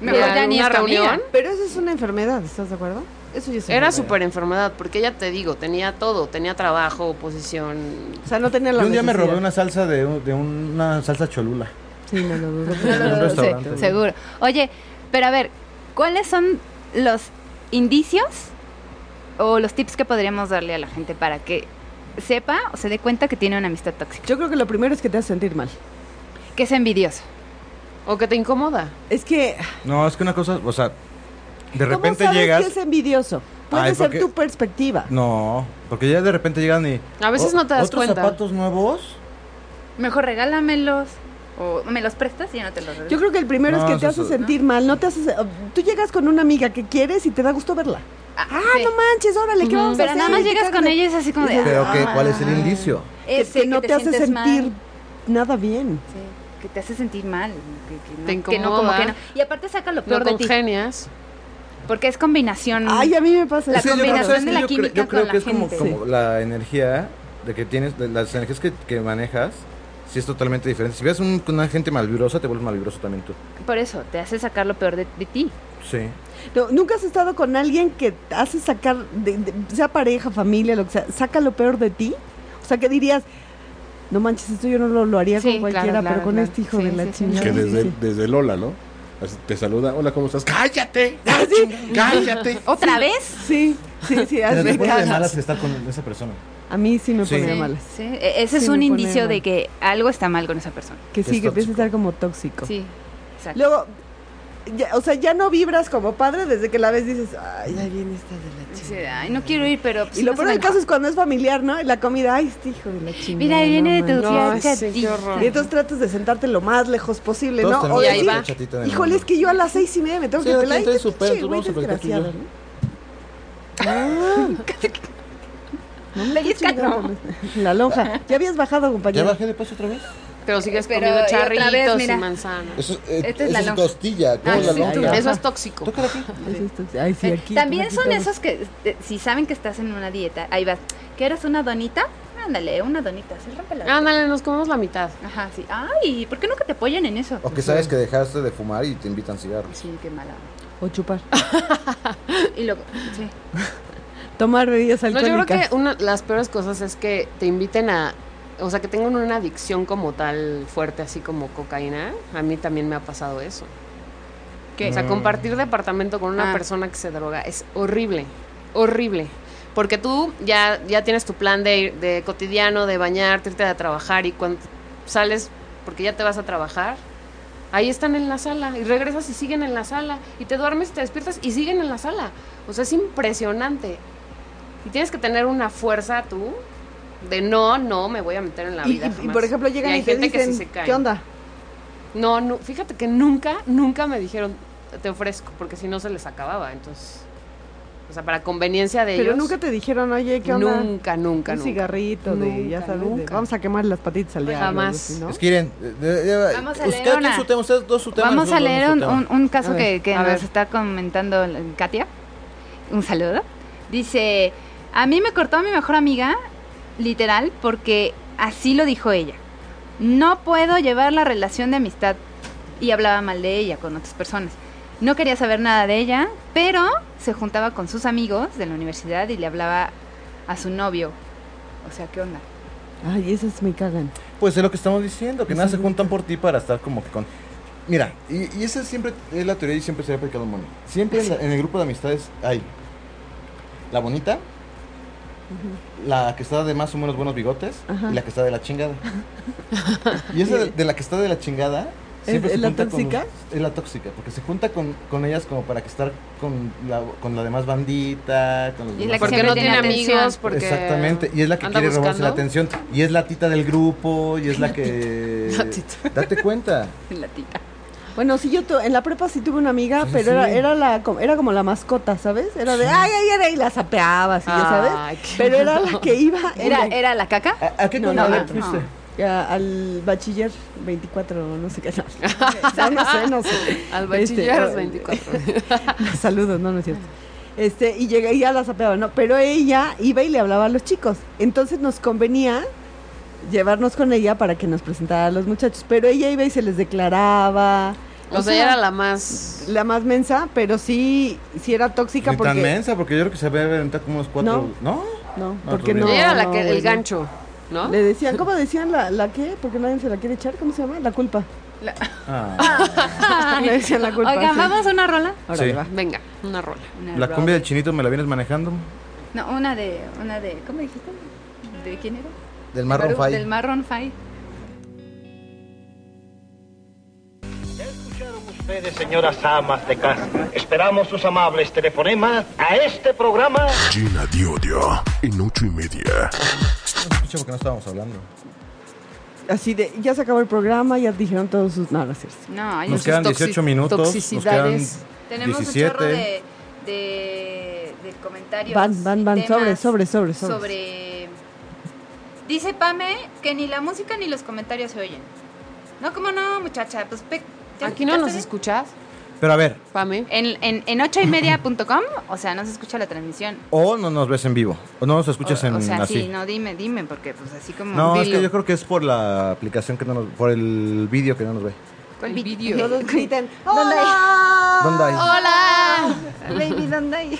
Speaker 5: Mejor
Speaker 7: Mira,
Speaker 5: ya ni
Speaker 7: una
Speaker 5: es tu amiga.
Speaker 7: reunión.
Speaker 4: Pero eso es una enfermedad, ¿estás de acuerdo? Eso ya es una
Speaker 7: Era
Speaker 4: enfermedad.
Speaker 7: súper enfermedad, porque ella te digo, tenía todo, tenía trabajo, posición.
Speaker 4: O sea, no tenía la
Speaker 6: Yo un día me
Speaker 4: necesidad.
Speaker 6: robé una salsa de, un- de una salsa cholula.
Speaker 4: Sí, no lo dudo.
Speaker 5: No, no,
Speaker 6: un
Speaker 5: no,
Speaker 6: restaurante.
Speaker 5: se- seguro. Oye, pero a ver, ¿cuáles son los indicios o los tips que podríamos darle a la gente para que sepa o se dé cuenta que tiene una amistad tóxica?
Speaker 4: Yo creo que lo primero es que te hace sentir mal.
Speaker 5: Que es envidioso.
Speaker 7: O que te incomoda.
Speaker 4: Es que
Speaker 6: No, es que una cosa, o sea, de
Speaker 4: ¿cómo
Speaker 6: repente
Speaker 4: sabes
Speaker 6: llegas.
Speaker 4: que es envidioso? Puede
Speaker 6: Ay,
Speaker 4: ser
Speaker 6: porque-
Speaker 4: tu perspectiva.
Speaker 6: No, porque ya de repente llegan y.
Speaker 7: A veces
Speaker 6: "Oh,
Speaker 7: no te das
Speaker 6: ¿otros
Speaker 7: cuenta".
Speaker 6: zapatos nuevos?
Speaker 5: Mejor regálamelos o me los prestas y yo no te los regreso.
Speaker 4: Yo creo que el primero
Speaker 6: No,
Speaker 4: es que
Speaker 6: eso
Speaker 4: te hace
Speaker 6: es-
Speaker 4: sentir mal, no te hace se- tú llegas con una amiga que quieres y te da gusto verla.
Speaker 5: Ah,
Speaker 4: Ah,
Speaker 5: sí.
Speaker 4: no manches, órale, ¿qué vamos a
Speaker 5: Pero
Speaker 4: hacer?
Speaker 5: nada más llegas con ella y es así como de...
Speaker 6: Pero
Speaker 5: ah,
Speaker 6: que, ¿cuál es el indicio?
Speaker 4: que,
Speaker 5: ese
Speaker 4: que no te, hace
Speaker 5: sientes
Speaker 4: sentir
Speaker 5: mal.
Speaker 4: nada bien.
Speaker 5: Sí, que te hace sentir mal. Que, que no,
Speaker 7: Te
Speaker 5: que no, como
Speaker 7: incomoda.
Speaker 5: que no. Y aparte saca lo peor
Speaker 7: No
Speaker 5: de ti.
Speaker 7: congenias.
Speaker 5: Porque es combinación.
Speaker 4: Ay, a mí me pasa
Speaker 5: La
Speaker 4: eso.
Speaker 6: yo creo-
Speaker 5: combinación
Speaker 6: ¿sabes
Speaker 5: de
Speaker 6: qué?
Speaker 5: la
Speaker 6: Yo creo-
Speaker 5: química
Speaker 6: Yo creo
Speaker 5: con
Speaker 6: que
Speaker 5: la
Speaker 6: es como,
Speaker 5: gente.
Speaker 6: como la energía de que tienes, de las energías que, que manejas, sí es totalmente diferente. Si ves un- una gente malvibrosa, te vuelves malvibroso también tú.
Speaker 5: Por eso, te hace sacar lo peor de, de ti.
Speaker 6: Sí.
Speaker 4: No, nunca has estado con alguien que te hace sacar de- de- sea pareja, familia, lo que sea, saca lo peor de ti? O sea, ¿qué dirías? No manches, esto yo no lo, lo haría
Speaker 7: Sí,
Speaker 4: con cualquiera,
Speaker 7: claro, claro,
Speaker 4: pero con
Speaker 7: claro.
Speaker 4: este hijo
Speaker 7: Sí,
Speaker 4: de la
Speaker 7: sí, sí.
Speaker 4: chingada.
Speaker 9: Que
Speaker 4: Sí,
Speaker 9: desde,
Speaker 4: sí.
Speaker 9: desde Lola, ¿no? Así Te saluda, hola, ¿cómo estás? ¡Cállate!
Speaker 5: Ah,
Speaker 9: ¡Cállate!
Speaker 5: ¿Otra vez?
Speaker 4: Sí, sí, sí,
Speaker 6: Te
Speaker 4: hazme
Speaker 6: pone de
Speaker 4: caras.
Speaker 6: malas estar con esa persona.
Speaker 4: A mí sí me
Speaker 6: Sí.
Speaker 4: pone de
Speaker 6: Sí.
Speaker 4: malas.
Speaker 5: Sí, e- ese
Speaker 4: Sí,
Speaker 5: es un
Speaker 4: me pone
Speaker 5: indicio
Speaker 4: mal.
Speaker 5: de que algo está mal con esa persona.
Speaker 4: Que sí,
Speaker 6: Es
Speaker 4: que empieza a
Speaker 6: tóxico.
Speaker 4: estar como tóxico.
Speaker 5: Sí, exacto.
Speaker 4: Luego, ya- o sea, ya no vibras como padre desde que la ves dices, ay, ya viene esta de la
Speaker 5: Sí,
Speaker 4: chingada.
Speaker 5: ay, no quiero ir, pero... pues,
Speaker 4: Y lo
Speaker 5: no se
Speaker 4: peor
Speaker 5: me
Speaker 4: del caso
Speaker 5: antoja.
Speaker 4: es cuando es familiar, ¿no? Y la comida, ay, este hijo de la chingada.
Speaker 5: Mira, ahí
Speaker 4: no
Speaker 5: viene
Speaker 4: manches".
Speaker 5: tu tía
Speaker 7: Ay, sí, qué
Speaker 5: Catita.
Speaker 7: horror.
Speaker 4: Y entonces tratas de sentarte lo más lejos posible,
Speaker 6: Todos
Speaker 4: ¿no?
Speaker 6: tenemos
Speaker 4: O
Speaker 7: Y ahí
Speaker 4: decir,
Speaker 7: va.
Speaker 6: chatita en el
Speaker 4: Híjole, es
Speaker 6: mundo.
Speaker 4: que yo a las seis y media me tengo
Speaker 6: Sí,
Speaker 4: que
Speaker 6: aquí
Speaker 4: pelar.
Speaker 6: traes
Speaker 4: Este
Speaker 6: su pedo,
Speaker 4: pinche
Speaker 6: tú
Speaker 4: güey
Speaker 6: vamos a platicar tú y yo.
Speaker 4: desgraciado, ¿no? No me
Speaker 5: Le di
Speaker 4: estoy
Speaker 5: escato.
Speaker 4: chingando con La lonja. Ya habías bajado,
Speaker 6: ¿Ya
Speaker 4: compañero.
Speaker 6: bajé de peso otra vez?
Speaker 7: Pero sigues
Speaker 5: Eh, Pero,
Speaker 7: comiendo
Speaker 5: y otra vez,
Speaker 7: charritos
Speaker 5: mira.
Speaker 7: y manzanas.
Speaker 6: Eso,
Speaker 5: Esta es la lonja.
Speaker 6: costilla,
Speaker 7: Ah,
Speaker 6: ¿cómo
Speaker 7: sí, tú-
Speaker 4: lonja.
Speaker 7: eso es tóxico.
Speaker 6: Tócala aquí.
Speaker 4: Eso es todo. Ay, sí, aquí,
Speaker 5: Eh, También
Speaker 4: aquí
Speaker 5: son
Speaker 4: todo.
Speaker 5: esos que, eh, si saben que estás en una dieta, ahí vas. ¿Quieres una donita? Ándale, una donita, se rompe la
Speaker 7: Ándale, nos comemos la mitad.
Speaker 5: Ajá, sí. Ay, ¿por qué nunca te apoyan en eso?
Speaker 6: O que sabes que dejaste de fumar y te invitan cigarros.
Speaker 5: Sí, qué mala.
Speaker 4: O chupar.
Speaker 5: Y luego, sí.
Speaker 4: Tomar bebidas
Speaker 7: No,
Speaker 4: alcohólicas.
Speaker 7: yo creo que una de las peores cosas es que te inviten a. O sea, que tengan una adicción como tal fuerte, así como cocaína. A mí también me ha pasado eso.
Speaker 5: ¿Qué?
Speaker 7: O sea, compartir departamento con una
Speaker 5: Ah.
Speaker 7: persona que se droga es horrible. Horrible. Porque tú ya, ya tienes tu plan de, ir- de cotidiano, de bañarte, irte a trabajar y cuando sales, porque ya te vas a trabajar, Ahí están en la sala y regresas y siguen en la sala y te duermes y te despiertas y siguen en la sala. O sea, es impresionante. Y tienes que tener una fuerza tú de no, no me voy a meter en la
Speaker 4: Y,
Speaker 7: vida.
Speaker 4: y- y
Speaker 7: jamás".
Speaker 4: por ejemplo, llegan y,
Speaker 7: hay
Speaker 4: te
Speaker 7: gente que sí
Speaker 4: dicen,
Speaker 7: se cae.
Speaker 4: ¿qué onda?
Speaker 7: No, no, fíjate que nunca, nunca me dijeron te ofrezco, porque si no se les acababa, entonces. O sea, para conveniencia de
Speaker 4: Pero
Speaker 7: ellos.
Speaker 4: nunca te dijeron, oye, ¿qué onda?
Speaker 7: nunca, nunca,
Speaker 4: Un
Speaker 7: nunca.
Speaker 4: cigarrito de, ya
Speaker 7: Nunca,
Speaker 4: sabes, de,
Speaker 7: nunca.
Speaker 4: vamos a quemar las patitas al diablo. algo
Speaker 7: jamás.
Speaker 4: así, ¿no?
Speaker 6: Es que Irene, de- de-
Speaker 5: Vamos a
Speaker 6: usted
Speaker 5: leer
Speaker 6: aquí
Speaker 5: una.
Speaker 6: su tema, ustedes dos su tema.
Speaker 5: Vamos a
Speaker 6: nosotros dos
Speaker 5: leer
Speaker 6: su
Speaker 5: un,
Speaker 6: tema.
Speaker 5: un- un caso
Speaker 7: A ver,
Speaker 5: que, que
Speaker 7: a
Speaker 5: nos
Speaker 7: ver.
Speaker 5: está comentando la- Katia. Un saludo. Dice, a mí me cortó mi mejor amiga, literal, porque así lo dijo ella. No puedo llevar la relación de amistad. Y hablaba mal de ella con otras personas. No quería saber nada de ella, pero se juntaba con sus amigos de la universidad y le hablaba a su novio. O sea, ¿qué onda?
Speaker 4: Ay, esas me cagan.
Speaker 6: Pues es lo que estamos diciendo, que nada se juntan por ti para estar como que con... Mira, y, y esa siempre es la teoría y siempre se ha aplicado Moni. Siempre en, la- en el grupo de amistades hay la bonita, la que está de más o menos buenos bigotes
Speaker 4: Ajá.
Speaker 6: y la que está de la chingada. y esa de, de la que está de la chingada... Siempre
Speaker 4: ¿Es-
Speaker 6: se
Speaker 4: es la
Speaker 6: junta con-
Speaker 4: tóxica?
Speaker 6: es la tóxica, porque se junta con, con ellas como para que estar con la, con la demás bandita, con los
Speaker 5: Y es la que
Speaker 6: demás
Speaker 7: Porque
Speaker 5: siempre
Speaker 7: no
Speaker 5: tiene
Speaker 7: tiene
Speaker 5: atención.
Speaker 7: amigos, porque.
Speaker 6: Exactamente, y es la que
Speaker 7: anda
Speaker 6: quiere robarse la
Speaker 7: buscando.
Speaker 6: atención. Y es la tita del grupo, y es la que...
Speaker 7: La tita.
Speaker 6: Date cuenta.
Speaker 5: La tita.
Speaker 4: Bueno, sí, yo tu- en la prepa sí tuve una amiga,
Speaker 6: Sí,
Speaker 4: pero
Speaker 6: sí.
Speaker 4: Era, era, la, co- era como la mascota, ¿sabes? Era de, ay, ay, era y la sapeabas, y ya
Speaker 7: Ay,
Speaker 4: sabes.
Speaker 7: qué
Speaker 4: Pero era la que iba
Speaker 5: ¿Era,
Speaker 4: en la-
Speaker 5: era la caca?
Speaker 6: ¿A, a qué
Speaker 4: No,
Speaker 6: no,
Speaker 4: no,
Speaker 5: no.
Speaker 6: fuiste?
Speaker 4: a- al bachiller 24, no sé qué. No, no, no sé, no sé.
Speaker 7: Al
Speaker 4: Este,
Speaker 7: bachiller
Speaker 4: o-
Speaker 7: 24.
Speaker 4: Saludos, no, no es cierto. Este, y llegué y ya la sapeaba, ¿no? Pero ella iba y le hablaba a los chicos. Entonces nos convenía llevarnos con ella para que nos presentara a los muchachos. Pero ella iba y se les declaraba.
Speaker 7: O sea, ella era la más.
Speaker 4: la más mensa, pero sí, sí era tóxica
Speaker 6: Ni
Speaker 4: porque.
Speaker 6: tan mensa, porque yo creo que se había aventado como unos cuatro... ¿No?
Speaker 4: No,
Speaker 6: Ah,
Speaker 4: porque
Speaker 6: pues
Speaker 4: no.
Speaker 6: bien.
Speaker 7: ella era la
Speaker 4: no,
Speaker 7: que,
Speaker 4: güey,
Speaker 7: el
Speaker 4: no.
Speaker 7: gancho, ¿no?
Speaker 4: Le decían, ¿cómo decían la, la qué? Porque nadie se la quiere echar, ¿cómo se llama? La culpa.
Speaker 6: Ah,
Speaker 4: Le decían la culpa.
Speaker 5: Oigan,
Speaker 4: sí.
Speaker 5: ¿vamos a una rola?
Speaker 4: Ahora
Speaker 6: Sí.
Speaker 4: va.
Speaker 7: Venga, una rola.
Speaker 5: Una
Speaker 6: la
Speaker 5: rola.
Speaker 6: cumbia del chinito me la vienes manejando.
Speaker 5: No, una de, una de, ¿cómo dijiste? ¿De quién era?
Speaker 6: Del Marron
Speaker 5: Baruch,
Speaker 6: Five.
Speaker 5: Del Marron Five.
Speaker 8: Ya escucharon ustedes, señoras amas de casa. Esperamos sus amables telefonemas a este programa.
Speaker 1: Gina Diodio, en ocho y media.
Speaker 6: Escucha, porque no estábamos hablando.
Speaker 4: Así de, ya se acabó el programa, ya dijeron todos sus. No, no es cierto.
Speaker 5: No, hay
Speaker 6: Nos
Speaker 7: sus
Speaker 6: quedan
Speaker 7: toxi-
Speaker 6: 18 minutos. Nos quedan
Speaker 7: toxicidades.
Speaker 5: Tenemos
Speaker 6: 17.
Speaker 5: un chorro de, de, de comentarios.
Speaker 4: Van, van, van,
Speaker 5: y
Speaker 4: sobre,
Speaker 5: temas
Speaker 4: sobre, sobre, sobre.
Speaker 5: sobre- Dice Pame que ni la música ni los comentarios se oyen. No, cómo no, muchacha. Pues pe- ya-
Speaker 7: ¿Aquí
Speaker 5: ya
Speaker 7: no nos
Speaker 5: está bien.
Speaker 7: escuchas,
Speaker 6: Pero a ver,
Speaker 7: Pame?
Speaker 5: En, en, en ocho y media punto com, o sea, no se escucha la transmisión.
Speaker 6: o no nos ves en vivo, o no nos escuchas
Speaker 5: o,
Speaker 6: en
Speaker 5: o sea,
Speaker 6: así.
Speaker 5: sí, no, dime, dime, porque pues así como...
Speaker 6: No, es
Speaker 7: Dilo.
Speaker 6: que yo creo que es por la aplicación que no nos... Por el vídeo que no nos ve.
Speaker 5: ¿Cuál
Speaker 7: el
Speaker 5: vi-
Speaker 7: video.
Speaker 5: No,
Speaker 4: Todos gritan,
Speaker 5: ¿Dónde hay?
Speaker 6: ¿Dónde hay?
Speaker 5: Ah,
Speaker 7: ¡Hola!
Speaker 5: Baby, ¿dónde hay?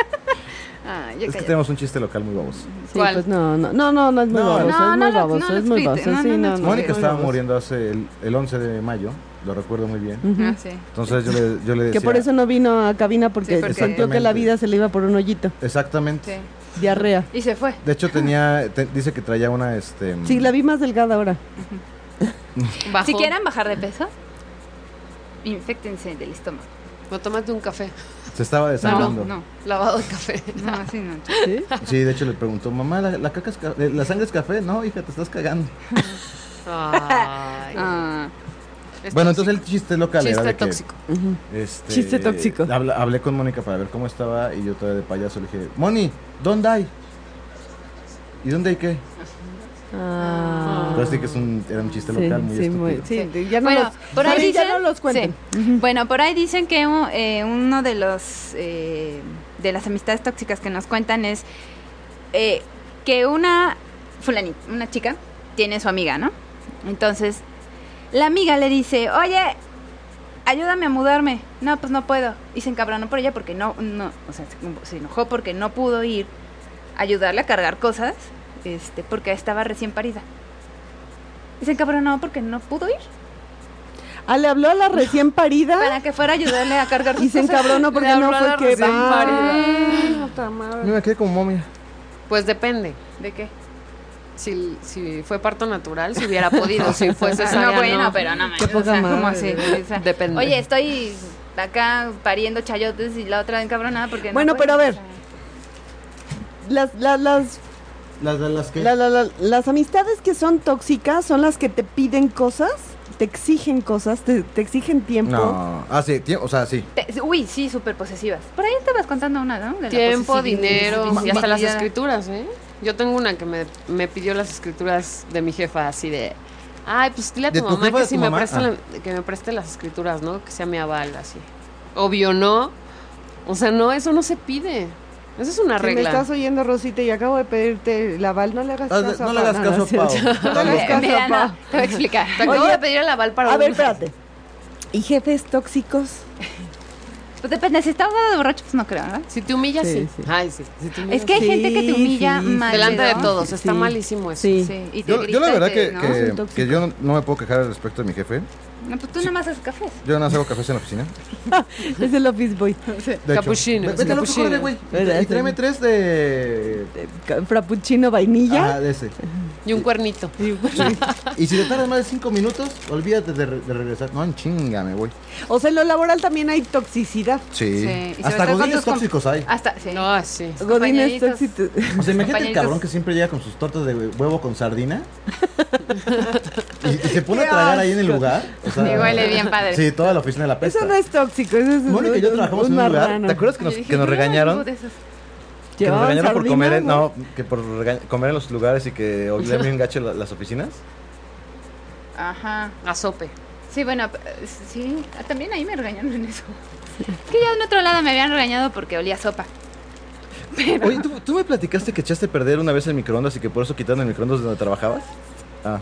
Speaker 5: ah, ya
Speaker 6: Es que
Speaker 5: cállate.
Speaker 6: tenemos un chiste local muy baboso.
Speaker 4: Sí,
Speaker 7: ¿Cuál?
Speaker 4: pues no, no, no, no, no es muy
Speaker 6: No,
Speaker 5: no,
Speaker 4: baboso, es
Speaker 5: no lo-
Speaker 4: muy baboso,
Speaker 5: no lo
Speaker 4: es muy
Speaker 5: explique,
Speaker 4: baboso,
Speaker 5: no,
Speaker 4: sí,
Speaker 5: no, no
Speaker 4: no, no,
Speaker 6: Mónica
Speaker 4: no,
Speaker 6: estaba
Speaker 4: no.
Speaker 6: muriendo hace el, el 11 de mayo, lo recuerdo muy bien.
Speaker 5: Ah, sí.
Speaker 6: Entonces yo le, yo le
Speaker 4: Mm. Que
Speaker 6: decía...
Speaker 4: por eso no vino a cabina porque,
Speaker 5: Sí, porque-
Speaker 4: sintió que la vida se le iba por un hoyito,
Speaker 6: Exactamente.
Speaker 5: Sí.
Speaker 4: diarrea.
Speaker 5: Y se fue.
Speaker 6: De hecho tenía, te- dice que traía una, este...
Speaker 4: Ah. Sí, la vi más delgada ahora.
Speaker 7: Bajo.
Speaker 5: Si quieren bajar de peso, infectense del estómago.
Speaker 7: O tómate un café.
Speaker 6: Se estaba
Speaker 5: No,
Speaker 6: desangrando.
Speaker 5: no.
Speaker 7: Lavado de café.
Speaker 5: No, sí, no.
Speaker 4: ¿sí?
Speaker 6: Sí, de hecho le preguntó, mamá, ¿la, la caca es ca- eh, ¿la sangre es café? No, hija, te estás cagando.
Speaker 7: Ay,
Speaker 5: Ah,
Speaker 7: es
Speaker 6: bueno,
Speaker 7: tóxico.
Speaker 6: entonces el chiste local era
Speaker 7: Chiste
Speaker 6: de que...
Speaker 7: tóxico.
Speaker 6: este,
Speaker 4: Chiste tóxico.
Speaker 6: habla- hablé con Mónica para ver cómo estaba y yo todavía de payaso le dije, Moni, ¿dónde hay? ¿Y dónde hay qué?
Speaker 4: Ah.
Speaker 6: Pero sí que es un, era un chiste local muy
Speaker 4: sí,
Speaker 6: estúpido.
Speaker 4: muy- sí, de- ya no
Speaker 5: Bueno,
Speaker 4: los,
Speaker 5: por ahí
Speaker 4: sí,
Speaker 5: dicen,
Speaker 4: ya no los cuenten.
Speaker 5: sí. Bueno, por ahí dicen que uh, eh, uno de los eh, de las amistades tóxicas que nos cuentan es eh, que una fulanita, una chica tiene su amiga, ¿no? Entonces la amiga le dice, oye, ayúdame a mudarme. No, pues no puedo. Y se encabronó por ella porque no, no, o sea, se- se enojó porque no pudo ir a ayudarle a cargar cosas, este, porque estaba recién parida. Y se encabronó porque no pudo ir.
Speaker 4: Ah, le habló a la recién parida
Speaker 5: Para que fuera a ayudarle a cargar
Speaker 4: y se
Speaker 5: sus cosas.
Speaker 4: encabronó porque
Speaker 7: Le
Speaker 4: no
Speaker 7: habló a
Speaker 4: fue
Speaker 7: la
Speaker 4: que
Speaker 7: recién
Speaker 4: va.
Speaker 7: parida.
Speaker 4: Ah, puta madre.
Speaker 6: Yo me quedé como momia.
Speaker 7: Pues depende.
Speaker 5: ¿De qué?
Speaker 7: si, si fue parto natural, si hubiera podido, si fue cesárea.
Speaker 5: Ah, No, bueno, pero no
Speaker 4: Qué
Speaker 5: manches. O
Speaker 4: poca
Speaker 5: sea, como así.
Speaker 4: madre.
Speaker 5: o sea,
Speaker 7: Depende.
Speaker 5: Oye, estoy acá pariendo chayotes y la otra encabronada porque. no
Speaker 4: Bueno,
Speaker 5: puedo,
Speaker 4: pero a ver.
Speaker 5: o sea.
Speaker 4: Las, las, las,
Speaker 10: Las, las, las que.
Speaker 4: la- la- la- las amistades que son tóxicas son las que te piden cosas, te exigen cosas, te, te exigen tiempo.
Speaker 6: No. Ah, sí, tie- o sea, sí.
Speaker 5: Te- uy, sí, súper posesivas. Por ahí estabas contando una, ¿no? De la
Speaker 7: Tiempo,
Speaker 5: posesividad,
Speaker 7: dinero y hasta las
Speaker 5: posesividad.
Speaker 7: escrituras, ¿eh? Yo tengo una que me, me pidió las escrituras de mi jefa, así de. Ay, pues dile a
Speaker 6: ¿De
Speaker 7: tu
Speaker 6: tu
Speaker 7: mamá
Speaker 6: jefa,
Speaker 7: que
Speaker 6: de
Speaker 7: si
Speaker 6: tu
Speaker 7: me
Speaker 6: mamá?
Speaker 7: preste, la- que me preste las escrituras, ¿no? Que sea mi aval, así. Obvio no. O sea, no, eso no se pide. Eso es una
Speaker 4: Si me
Speaker 7: regla.
Speaker 4: estás oyendo, Rosita, y acabo de pedirte el aval, no le hagas
Speaker 6: Hazle-
Speaker 4: caso a
Speaker 6: Ah, no le
Speaker 4: Pau,
Speaker 6: hagas
Speaker 4: nada,
Speaker 6: caso a Pau.
Speaker 4: ¿cierto? No le
Speaker 6: Dale.
Speaker 4: hagas caso a
Speaker 5: Mira,
Speaker 4: Pau.
Speaker 5: no, te voy a explicar.
Speaker 7: Te acabo
Speaker 4: Oye,
Speaker 7: de pedir el aval para
Speaker 4: A ver,
Speaker 7: un-
Speaker 4: espérate. ¿Y jefes tóxicos?
Speaker 5: Pues depende, si está ahogada de borracho, pues no creo, ¿verdad?
Speaker 7: Si te humillas,
Speaker 4: Sí,
Speaker 7: sí.
Speaker 4: sí.
Speaker 7: Ay, sí. Si te humillas,
Speaker 5: Es que hay
Speaker 4: Sí,
Speaker 5: gente que te humilla
Speaker 4: sí,
Speaker 5: mal.
Speaker 7: Delante de
Speaker 5: ¿no?
Speaker 7: todos, está
Speaker 4: Sí.
Speaker 7: malísimo eso.
Speaker 4: Sí.
Speaker 5: Sí, y te
Speaker 6: Yo, yo la
Speaker 5: grita y
Speaker 6: verdad
Speaker 5: te-
Speaker 6: que,
Speaker 5: ¿no?
Speaker 6: que-
Speaker 4: Son tóxicos.
Speaker 6: que yo no, no me puedo quejar al respecto de mi jefe.
Speaker 5: No, pues tú nomás haces cafés.
Speaker 6: Yo no hago cafés en la oficina.
Speaker 4: Es el office boy.
Speaker 6: De hecho.
Speaker 7: Capuchino,
Speaker 6: Ve- Vete loco,
Speaker 7: capuchino.
Speaker 6: córrele, güey.
Speaker 4: Verdad,
Speaker 6: Y tráeme
Speaker 4: sí.
Speaker 6: tres de...
Speaker 4: Eh, ca- Frappuccino vainilla.
Speaker 6: Ajá, de ese.
Speaker 7: Y un cuernito.
Speaker 6: Y si te tardas más de cinco minutos, olvídate de, re- de regresar. No, en chinga me voy.
Speaker 4: O sea, en lo laboral también hay toxicidad.
Speaker 6: Sí.
Speaker 5: Sí, y sobre
Speaker 6: Hasta
Speaker 5: todo con
Speaker 6: godines
Speaker 5: tus comp-
Speaker 6: tóxicos hay.
Speaker 5: Hasta, sí.
Speaker 7: No, sí.
Speaker 4: Godines
Speaker 5: compañeritos.
Speaker 4: tóxicos.
Speaker 6: O sea, imagínate el
Speaker 5: compañeritos.
Speaker 6: cabrón que siempre llega con sus tortas de huevo con sardina y, y se pone a tragar ahí en el lugar. O sea,
Speaker 5: Me huele bien padre.
Speaker 6: Sí, toda la oficina de la pesta.
Speaker 4: Eso no es tóxico. Eso es
Speaker 6: Mónica y yo trabajamos en un lugar. ¿Te acuerdas que nos,
Speaker 5: Yo dije,
Speaker 6: que nos
Speaker 5: "No,
Speaker 6: regañaron?
Speaker 5: no, de esos".
Speaker 6: Que nos
Speaker 4: Llevaban
Speaker 6: regañaron por
Speaker 4: sardina,
Speaker 6: comer en,
Speaker 4: ¿no?
Speaker 6: no, que por rega- comer en los lugares y que olvidé bien gacho la- las oficinas.
Speaker 5: Ajá.
Speaker 7: A sope.
Speaker 5: Sí, bueno, p- sí. ah, También ahí me regañaron en eso. Que ya en otro lado me habían regañado porque olía a sopa.
Speaker 6: Oye, ¿tú, tú me platicaste que echaste a perder una vez el microondas y que por eso quitaron el microondas de donde trabajabas. Ah,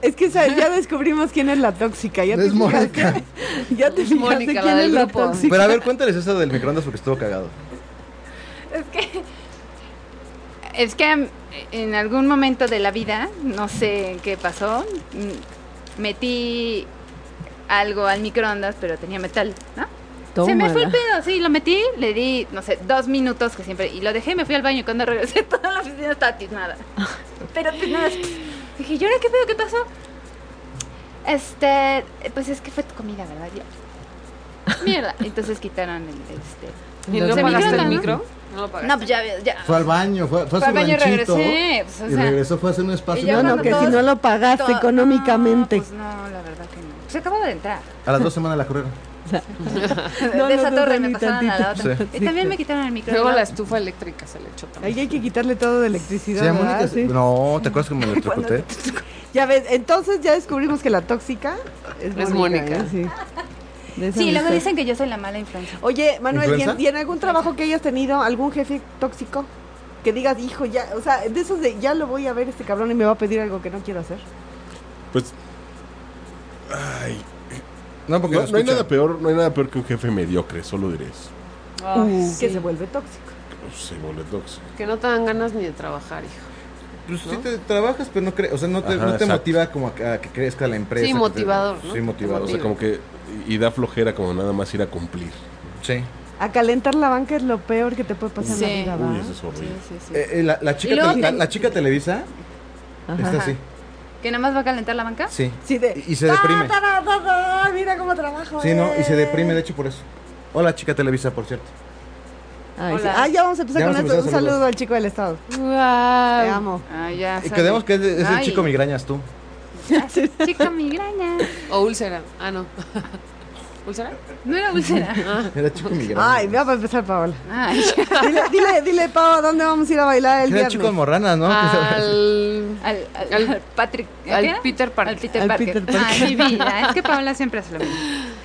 Speaker 4: Es que ¿sabes? ya descubrimos quién es la tóxica. Ya te
Speaker 6: es
Speaker 4: fijaste,
Speaker 6: Mónica.
Speaker 4: ya te
Speaker 7: Es
Speaker 4: fijaste
Speaker 7: Mónica, la
Speaker 4: quién
Speaker 7: del
Speaker 4: es la
Speaker 7: grupo.
Speaker 4: tóxica.
Speaker 6: Pero a ver, cuéntales eso del microondas porque estuvo cagado.
Speaker 5: Es que. Es que mm, en algún momento de la vida, no sé qué pasó, mm, metí algo al microondas, pero tenía metal, ¿no? Se me fue el
Speaker 4: Tómala.
Speaker 5: pedo, sí, lo metí, le di, no sé, dos minutos que siempre, y lo dejé y me fui al baño. Y cuando regresé, toda la oficina estaba tiznada. Pero tiznada. así. Dije, ¿y ahora qué pedo? ¿Qué pasó? Este, pues es que fue tu comida, ¿verdad? Ya. Mierda. Entonces quitaron el, este.
Speaker 7: ¿Y no
Speaker 5: Se
Speaker 7: pagaste
Speaker 5: microondas,
Speaker 7: el micro? No lo pagaste.
Speaker 5: No, pues ya, ya.
Speaker 6: Fue al baño, fue, fue
Speaker 5: Fue
Speaker 6: a su
Speaker 5: al baño y
Speaker 6: ranchito,
Speaker 5: regresé, pues, o
Speaker 6: y
Speaker 5: sea.
Speaker 6: regresó, fue a hacer un espacio.
Speaker 5: Y ya
Speaker 4: No, no,
Speaker 5: cuando
Speaker 4: que
Speaker 5: todos-
Speaker 4: si no lo pagaste
Speaker 5: To-
Speaker 4: económicamente.
Speaker 5: No, pues no, la verdad que no. Se acaba de entrar.
Speaker 6: A las dos semanas la carrera.
Speaker 4: No,
Speaker 5: de
Speaker 4: no,
Speaker 5: esa
Speaker 4: no,
Speaker 5: torre
Speaker 4: no,
Speaker 5: me
Speaker 4: ni
Speaker 5: pasaron a la otra.
Speaker 6: Sí.
Speaker 5: Y también me quitaron el micrófono.
Speaker 7: Luego la estufa eléctrica se le echó
Speaker 4: Ahí
Speaker 7: también.
Speaker 4: hay que quitarle todo de
Speaker 6: Sí,
Speaker 4: electricidad.
Speaker 6: a
Speaker 4: ¿verdad?
Speaker 6: Mónica se-
Speaker 4: Sí.
Speaker 6: No, ¿te acuerdas cómo me electrocuté?
Speaker 4: Ya ves, entonces ya descubrimos que la tóxica es,
Speaker 7: Es
Speaker 4: Mónica.
Speaker 7: Mónica.
Speaker 4: ¿eh? Sí, De esa
Speaker 5: Sí, luego
Speaker 4: amistad.
Speaker 5: dicen que yo soy la mala influencia.
Speaker 4: Oye, Manuel, ¿y en,
Speaker 6: ¿Influenza?
Speaker 4: y en algún trabajo que hayas tenido, algún jefe tóxico? Que digas, hijo, ya, o sea, de esos de ya lo voy a ver este cabrón y me va a pedir algo que no quiero hacer.
Speaker 1: Pues. Ay,
Speaker 6: No, porque
Speaker 1: no,
Speaker 6: no
Speaker 1: no hay
Speaker 6: escuchan.
Speaker 1: nada peor, no hay nada peor que un jefe mediocre, solo diré eso.
Speaker 7: Ay,
Speaker 4: Uh,
Speaker 7: sí.
Speaker 4: Que se vuelve tóxico.
Speaker 1: Pues, se vuelve tóxico.
Speaker 7: Que no te dan ganas ni de trabajar, hijo.
Speaker 6: Pues sí te trabajas, pero no crees, o sea, no te,
Speaker 1: Ajá,
Speaker 6: no te
Speaker 1: exacto.
Speaker 6: motiva como a, a que crezca la empresa.
Speaker 7: Sí,
Speaker 6: que te-
Speaker 7: motivador, ¿no?
Speaker 6: Sí, motivador.
Speaker 1: O sea, como que. Y da flojera como nada más ir a cumplir.
Speaker 6: sí.
Speaker 4: Acalentar la banca es lo peor que te puede pasar
Speaker 7: Sí.
Speaker 4: en la vida, ¿va?
Speaker 1: Uy, eso es horrible.
Speaker 7: sí, sí.
Speaker 6: Eh, eh, la, la chica
Speaker 5: Y luego
Speaker 6: te- la,
Speaker 5: te-
Speaker 6: la chica Televisa está así.
Speaker 5: ¿Que nada más va a calentar la banca?
Speaker 6: Sí.
Speaker 4: Sí, de-
Speaker 6: Y, y se deprime.
Speaker 4: Ta, ta, ta, ta, mira cómo trabajo.
Speaker 6: Sí, ¿no? Y se
Speaker 4: eh.
Speaker 6: deprime, de hecho, por eso. Hola, chica Televisa, por cierto.
Speaker 4: Ay, sí.
Speaker 5: Hola.
Speaker 4: Ah, ya vamos a empezar
Speaker 6: Ya
Speaker 4: con
Speaker 6: vamos
Speaker 4: esto.
Speaker 6: a
Speaker 4: Un
Speaker 6: empezar, saludos.
Speaker 4: saludo al chico del estado. Te
Speaker 7: Guau.
Speaker 4: amo.
Speaker 5: Ah, ya.
Speaker 6: Y
Speaker 5: sabe.
Speaker 6: quedemos que es, es el
Speaker 5: Ay,
Speaker 6: chico migrañas tú.
Speaker 5: Chica migraña.
Speaker 7: O úlcera. Ah, no. ¿Úlcera?
Speaker 5: No era úlcera.
Speaker 6: Era chico migrañas.
Speaker 4: Ay, vamos a empezar, Paola.
Speaker 5: Ay, Ah, ya.
Speaker 4: Dile, dile, dile, Pao, ¿a dónde vamos a ir a bailar el
Speaker 6: Era chico de
Speaker 4: viernes?
Speaker 6: morranas, ¿no?
Speaker 7: Al...
Speaker 5: Al, al,
Speaker 7: Al-
Speaker 5: al Patrick. ¿a qué era?
Speaker 7: Al Peter
Speaker 5: Al
Speaker 7: Parker.
Speaker 5: Peter
Speaker 4: Al
Speaker 5: Parker.
Speaker 4: Peter Parker.
Speaker 5: Ay, mi vida. Es que Paola siempre hace lo mismo.